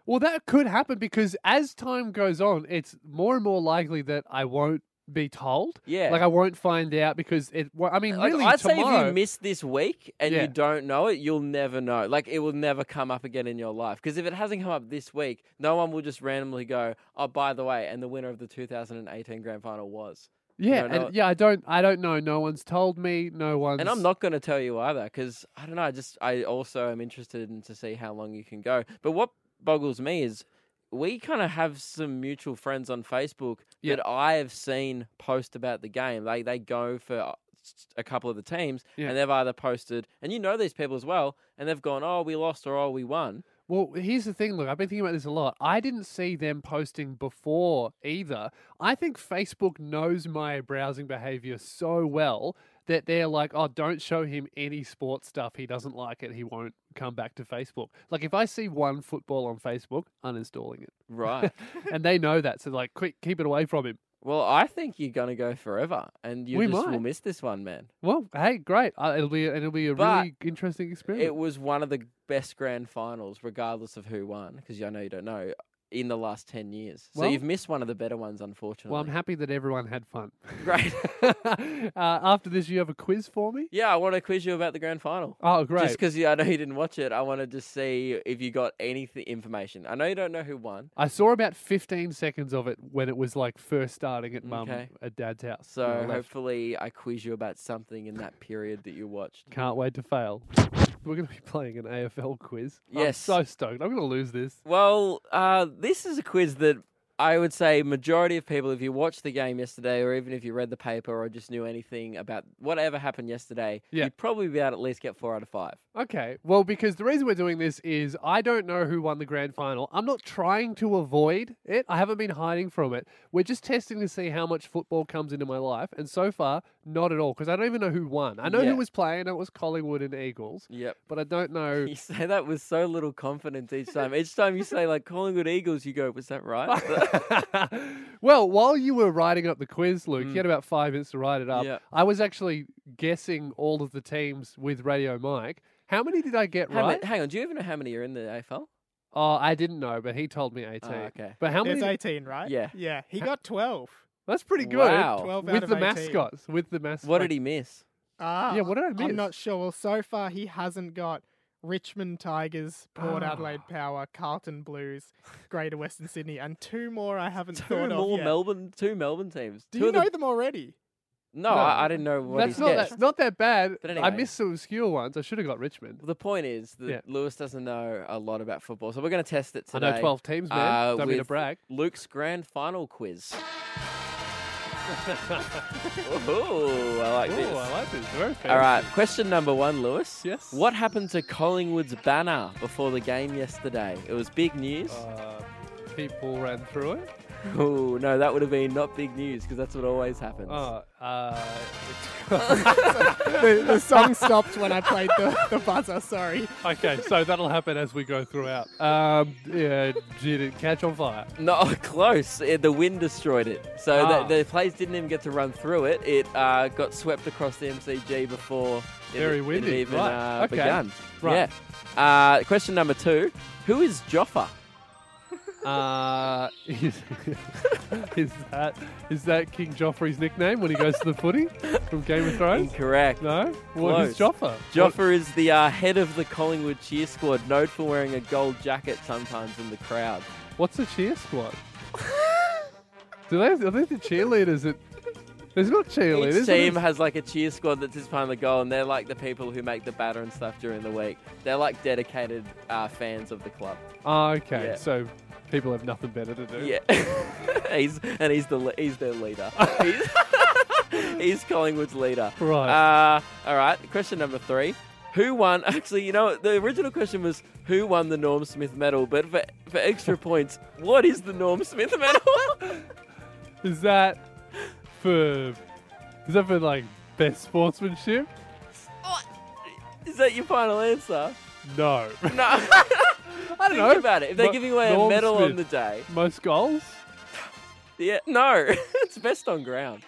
S2: Well, that could happen because as time goes on, it's more and more likely that I won't be told.
S3: Yeah.
S2: Like I won't find out because it. Well, I mean,
S3: Like,
S2: really,
S3: I'd say if
S2: tomorrow.
S3: you miss this week and
S2: Yeah.
S3: you don't know it, you'll never know. Like it will never come up again in your life. Because if it hasn't come up this week, no one will just randomly go, "Oh, by the way," and the winner of the 2018 grand final was.
S2: yeah,
S3: don't
S2: and
S3: know it.
S2: yeah, I don't. I don't know. No one's told me. No one's.
S3: And I'm not going to tell you either because I don't know. I just I also am interested in to see how long you can go. But what boggles me is we kind of have some mutual friends on Facebook
S2: Yeah.
S3: that I have seen post about the game. They they go for uh, s- a couple of the teams
S2: Yeah.
S3: and they've either posted and you know these people as well and they've gone oh we lost or oh we won.
S2: [laughs] Well, here's the thing, look, I've been thinking about this a lot. I didn't see them posting before either. I think Facebook knows my browsing behavior so well that they're like, oh, don't show him any sports stuff. He doesn't like it. He won't come back to Facebook. Like, if I see one football on Facebook, uninstalling
S3: [laughs]
S2: it.
S3: Right.
S2: and they know that. So, like, quick, keep it away from him.
S3: well, I think you're going to go forever and you
S2: We
S3: just will
S2: might.
S3: miss this one, man.
S2: Well, hey, great. Uh, it'll be, and it'll be a
S3: But
S2: really interesting experience.
S3: It was one of the best grand finals, regardless of who won, because I know you don't know, in the last 10 years. so
S2: Well-
S3: you've missed one of the better ones, unfortunately.
S2: well, I'm happy that everyone had fun. [laughs]
S3: [laughs] Great. [laughs]
S2: uh, after this, you have a quiz for me?
S3: yeah, I want to quiz you about the grand final.
S2: Oh, great.
S3: Just because I know you didn't watch it, I wanted to see if you got any th- information. I know you don't know who won,
S2: I saw about 15 seconds of it when it was like first starting at mum
S3: Okay.
S2: at dad's house.
S3: so
S2: when I left.
S3: hopefully I quiz you about something in that period that you watched.
S2: can't wait to fail. We're going to be playing an AFL quiz.
S3: Yes.
S2: I'm so stoked. I'm going to lose this.
S3: Well, uh, this is a quiz that I would say majority of people, if you watched the game yesterday, or even if you read the paper, or just knew anything about whatever happened yesterday,
S2: Yeah.
S3: you'd probably be able to at least get four out of five.
S2: Okay. Well, because the reason we're doing this is I don't know who won the grand final. I'm not trying to avoid it. I haven't been hiding from it. We're just testing to see how much football comes into my life. And so far, not at all. Because I don't even know who won. I know
S3: Yeah.
S2: who was playing. I know it was Collingwood and Eagles.
S3: Yep.
S2: But I don't know.
S3: [laughs] You say that with so little confidence each time. Each time you say like Collingwood Eagles, you go, "Was that right?"
S2: [laughs] well, while you were writing up the quiz, Luke, you had about five minutes to write it up.
S3: Mm. Yeah.
S2: I was actually guessing all of the teams with Radio Mike. How many did I get
S3: How ma-
S2: right?
S3: hang on, do you even know how many are in the AFL?
S2: Oh, I didn't know, but he told me 18.
S3: Ah, okay.
S2: But how
S4: There's
S2: many?
S4: 18, right?
S3: Yeah.
S4: Yeah. He got 12.
S2: That's pretty good.
S3: Wow.
S4: 12 out
S2: With
S4: of
S2: the
S4: 18.
S2: mascots. With the mascots.
S3: What did he miss?
S4: Ah,
S2: Yeah, what did I miss?
S4: I'm not sure. Well, so far he hasn't got Richmond Tigers, Port
S2: Ah.
S4: Adelaide Power, Carlton Blues, Greater Western Sydney, and two more I haven't
S3: Two
S4: thought
S3: more
S4: of yet.
S3: Melbourne, two Melbourne teams.
S4: Do
S3: Two
S4: you
S3: of the-
S4: know them already?
S3: No,
S2: No.
S3: I, I didn't know what
S2: That's
S3: he
S2: not
S3: guessed.
S2: that, not that bad.
S3: But
S2: I
S3: anyway.
S2: missed some obscure ones. I should have got Richmond.
S3: The point is that
S2: Yeah.
S3: Lewis doesn't know a lot about football, so we're going to test it
S2: I
S3: today.
S2: know 12 teams, man.
S3: uh,
S2: Don't mean to
S3: with
S2: brag.
S3: Luke's grand
S2: [laughs]
S3: final quiz. Ooh, I like this.
S2: Oh, I like this. Very
S3: All right, question number one, Lewis.
S2: Yes.
S3: What happened to Collingwood's
S2: Oh.
S3: banner before the game yesterday? It was big news.
S2: Uh, people ran through it.
S3: Oh no, that would have been not big news because that's what always happens.
S2: Oh, uh, it's
S4: the, the song stopped when I played
S2: [laughs]
S4: the, the buzzer, sorry.
S2: okay, so that'll happen as we go throughout. Um, yeah, did it catch on fire?
S3: No, [laughs] close. Eh, the wind destroyed it, so
S2: Ah.
S3: the, the planes didn't even get to run through it. It uh, got swept across the MCG before it, e-
S2: Very
S3: it had
S2: windy.
S3: even
S2: Right.
S3: uh,
S2: Okay.
S3: begun.
S2: Right.
S3: Yeah. Uh, question number two: Who is Joffa?
S2: Uh, is, [laughs] is that is that King Joffrey's nickname when he goes to the footy from Game of Thrones?
S3: Incorrect.
S2: No, what is
S3: Close.
S2: Joffa? What-
S3: Joffa is the uh, head of the Collingwood cheer squad, known for wearing a gold jacket sometimes in the crowd.
S2: What's a cheer squad? Do they? Are they the cheerleaders? At, there's not cheerleaders.
S3: Each
S2: but
S3: team
S2: it's-
S3: has like a cheer squad that's just behind the goal, and they're like the people who make the batter and stuff during the week. They're like dedicated uh, fans of the club.
S2: Ah, okay,
S3: Yeah.
S2: so people have nothing better to do.
S3: Yeah, [laughs] he's and he's the le- he's
S2: [laughs]
S3: their leader. he's, [laughs] he's Collingwood's leader.
S2: Right.
S3: Uh, all right. Question number three. Who won? [laughs] Actually, you know, the original question was who won the Norm Smith medal. But for,
S2: [laughs]
S3: for extra points, what is the Norm Smith medal?
S2: is that for? Is that for like best sportsmanship?
S3: is that your final answer?
S2: No.
S3: [laughs] No. I Think
S2: know.
S3: about it. If they're
S2: But
S3: giving away
S2: Norm
S3: a medal
S2: Smith.
S3: on the day,
S2: Most goals?
S3: yeah, no, [laughs] it's best on ground.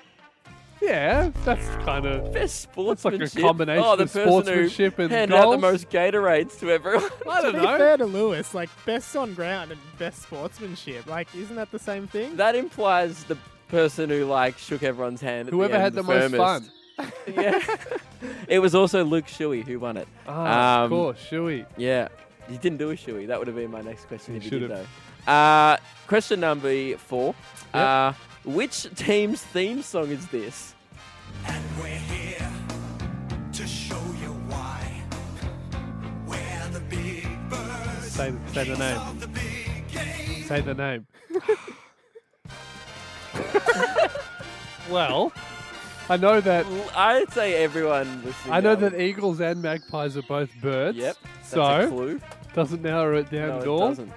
S2: Yeah, that's kind of.
S3: Best
S2: That's like
S3: sportsmanship.
S2: a combination
S3: oh, the
S2: of
S3: person who
S2: sportsmanship and
S3: hand out
S2: goals.
S3: the most Gatorades to everyone. [laughs]
S2: I
S4: To
S2: don't
S4: be
S2: know.
S4: fair to Lewis, like best on ground and best sportsmanship, like isn't that the same thing?
S3: that implies the person who like shook everyone's hand. At
S2: Whoever
S3: the end
S2: had the,
S3: the
S2: most
S3: firmest.
S2: fun.
S3: Yeah. it was also Luke Shuey who won it.
S2: Ah,
S3: Um,
S2: of course, Shuey.
S3: Yeah. You didn't do a shoey. That would have been my next question
S2: You
S3: if you did
S2: should've.
S3: though. Uh, question number four.
S2: Yep.
S3: Uh, which team's theme song is this?
S8: And we're here to show you why. We're the big birds.
S2: Say, say the
S8: kings
S2: name.
S8: of the big game.
S2: Say the
S3: [laughs]
S2: name. well, I know that
S3: L- I'd say everyone listening.
S2: I know
S3: now-
S2: that eagles and magpies are both birds.
S3: Yep. That's a
S2: So
S3: clue.
S2: doesn't narrow it down
S3: No,
S2: at
S3: it
S2: all.
S3: doesn't.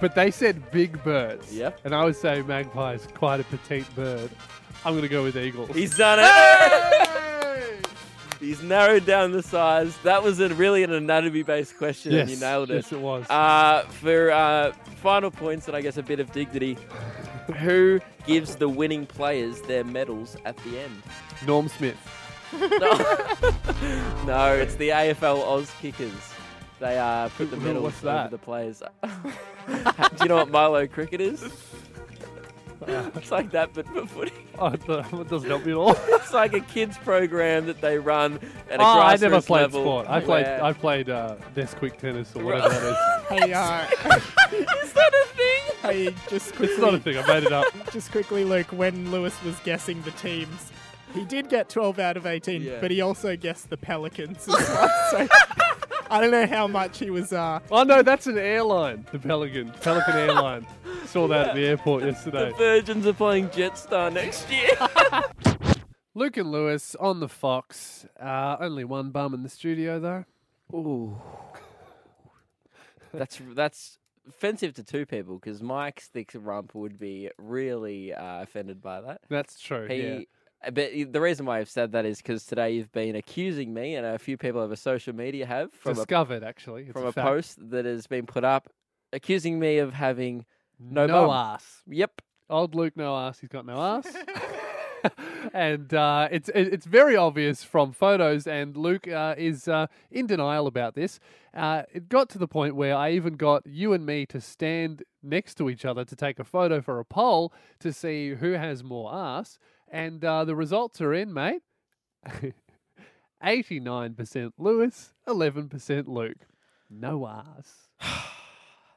S2: But they said big birds.
S3: Yep.
S2: And I would say magpie is quite a petite bird. I'm gonna go with eagles.
S3: He's done it. He's narrowed down the size. That was a, really an anatomy-based question,
S2: yes,
S3: and you nailed it.
S2: Yes, it was.
S3: Uh, for uh, final points and I guess a bit of dignity, who gives the winning players their medals at
S2: [laughs]
S3: the end?
S2: Norm Smith.
S3: No, [laughs] no it's the AFL Oz Kickers. They uh, put the
S2: Who- who-
S3: medals
S2: what's
S3: over
S2: that?
S3: the players. [laughs] Do you know what Milo
S2: [laughs]
S3: Cricket is? [laughs] it's like that, but for footy. [laughs]
S2: Oh, that doesn't help me at all.
S3: It's like a kids' program that they run at a
S2: oh, I
S3: grassroots
S2: never played
S3: level
S2: sport. I played
S3: where-
S2: I played uh, desk quick tennis or
S3: Right.
S2: whatever that is. [laughs]
S4: Hey, uh,
S3: [laughs] is that a thing?
S4: hey, just quickly,
S2: It's not a thing. I made it up.
S4: just quickly, Luke. When Lewis was guessing the teams, he did get 12 out of 18,
S3: Yeah.
S4: but he also guessed the Pelicans. As well, [laughs] so I don't know how much he was. Uh,
S2: Oh no, that's an airline. The Pelican, Pelican
S3: [laughs]
S2: airline. Saw that at the airport yesterday.
S3: The Virgins are playing Jetstar next year.
S2: Luke and Lewis on the Fox. Uh, only one bum in the studio though.
S3: Ooh. That's that's offensive to two people because Mike's thick rump would be really uh, offended by that.
S2: That's true.
S3: He,
S2: yeah.
S3: uh, but y- the reason why I've said that is because today you've been accusing me, and a few people over social media have from a,
S2: Discovered actually. It's
S3: from
S2: a,
S3: a,
S2: fact.
S3: post that has been put up, accusing me of having no,
S2: no
S3: bum.
S2: ass.
S3: Yep.
S2: Old Luke, no ass. He's got no ass.
S3: [laughs]
S2: and uh, it's it, it's very obvious from photos. And Luke uh, is uh, in denial about this. Uh, it got to the point where I even got you and me to stand next to each other to take a photo for a poll to see who has more ass. And uh, the results are in, mate. [laughs] Eighty-nine percent Lewis, eleven percent Luke. No ass. [sighs]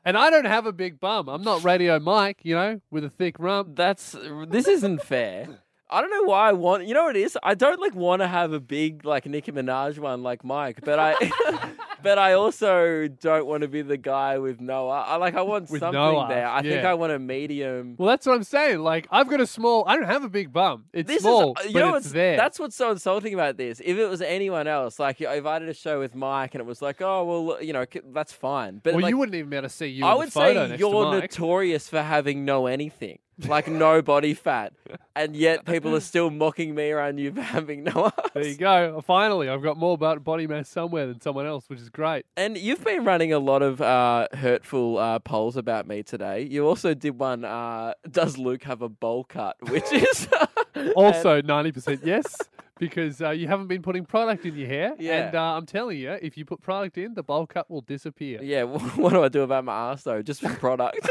S2: And I don't have a big bum. I'm not Radio Mike, you know, with a thick rump.
S3: That's this isn't fair. I don't know why I want. You know what it is? I don't like want to have a big like Nicki Minaj one like Mike, but I, [laughs] but I also don't want to be the guy with no. I I- like I want
S2: With no
S3: something
S2: arse,
S3: there. I think
S2: yeah.
S3: I want a medium.
S2: Well, that's what I'm saying. Like, I've got a small. I don't have a big bum. It's
S3: This
S2: small,
S3: is, uh, you
S2: but
S3: know,
S2: it's
S3: what's-
S2: there.
S3: That's what's so insulting about this. If it was anyone else, like if I did a show with Mike and it was like, oh well, you know, c- that's fine. But
S2: well,
S3: like,
S2: you wouldn't even be able to see you.
S3: I
S2: in
S3: would
S2: the photo
S3: say
S2: next to
S3: you're
S2: Mike.
S3: notorious for having no anything. like no
S2: [laughs]
S3: body fat, and yet people are still mocking me around you for having no
S2: There you
S3: ass.
S2: go. Finally, I've got more bo- body mass somewhere than someone else, which is
S3: [laughs]
S2: great.
S3: And you've been running a lot of uh, hurtful uh, polls about me today. You also did one. Uh, Does Luke have a bowl cut?
S2: [laughs]
S3: Which is [laughs]
S2: Also, 90% yes, because uh, you haven't been putting product in your hair.
S3: Yeah.
S2: And uh, I'm telling you, if you put product in, the bowl cut will disappear.
S3: Yeah, wh- what do I do about my ass though? Just for product.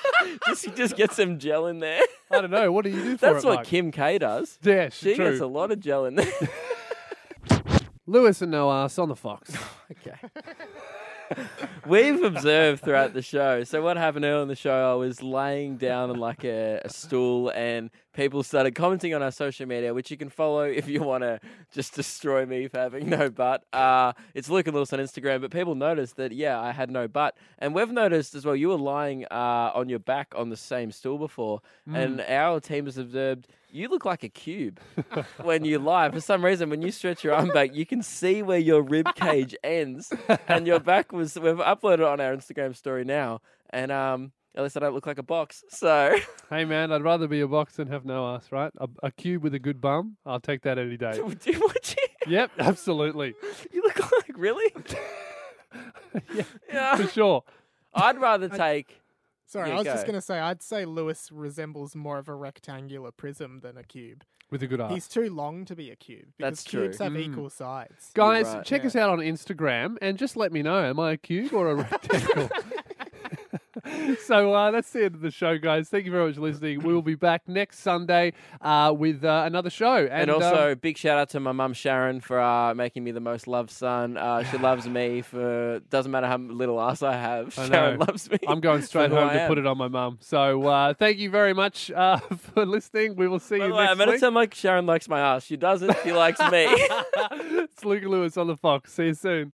S3: [laughs] just just get some gel in there.
S2: I don't know. What do you
S3: [laughs]
S2: do for
S3: That's
S2: it,
S3: what
S2: Mike?
S3: Kim K does.
S2: Yeah, sh-
S3: She
S2: true.
S3: gets a lot of gel in there.
S2: Lewis and no ass on the
S3: [laughs]
S2: Fox.
S3: We've observed throughout the show. So what happened earlier in the show? I was laying down on like a, a stool, and people started commenting on our social media, which you can follow if you want to just destroy me for having no butt. Uh, it's Luke and Lewis on Instagram, but people noticed that yeah, I had no butt, and we've noticed as well. You were lying uh, on your back on the same stool before, and our team has observed. You look like a cube when you lie. For some reason, when you stretch your arm back, you can see where your rib cage ends, and your back was. We've uploaded it on our Instagram story now, and um, at least I don't look like a box. So [laughs]
S2: hey, man, I'd rather be a box than have no ass, right? A, a cube with a good bum, I'll take that any day.
S3: would you, would you,
S2: yep, [laughs] absolutely.
S3: you look like
S2: [laughs]
S3: really?
S2: For
S3: yeah,
S2: sure.
S3: I'd rather take.
S4: Sorry,
S3: Yeah,
S4: I was just
S3: go.
S4: gonna say I'd say Lewis resembles more of a rectangular prism than a cube.
S2: With a good ass.
S4: He's too long to be a cube because
S3: Ah. That's true.
S4: cubes have
S2: Mm.
S4: equal sides.
S2: Guys,
S3: right,
S2: check us out on Instagram and just let me know: am I a cube or a
S3: [laughs]
S2: rectangle? [laughs] so uh, that's the end of the show, guys. Thank you very much for listening. We will be back next Sunday uh, with uh, another show, and,
S3: And,
S2: um,
S3: also, big shout out to my mum Sharon for uh, making me the most loved son. Uh, she loves me for doesn't matter how little ass I have.
S2: I
S3: Sharon
S2: know.
S3: loves me.
S2: I'm
S3: [laughs]
S2: going
S3: for
S2: straight
S3: who
S2: home
S3: I
S2: to
S3: am.
S2: put it on my mum. So uh, thank you very much uh, [laughs] for listening. We will see
S3: By
S2: you
S3: the way, I
S2: next
S3: made it
S2: week. [laughs]
S3: sound like Sharon likes my ass. She doesn't. She likes me.
S2: it's Luke Lewis on the Fox. See you soon.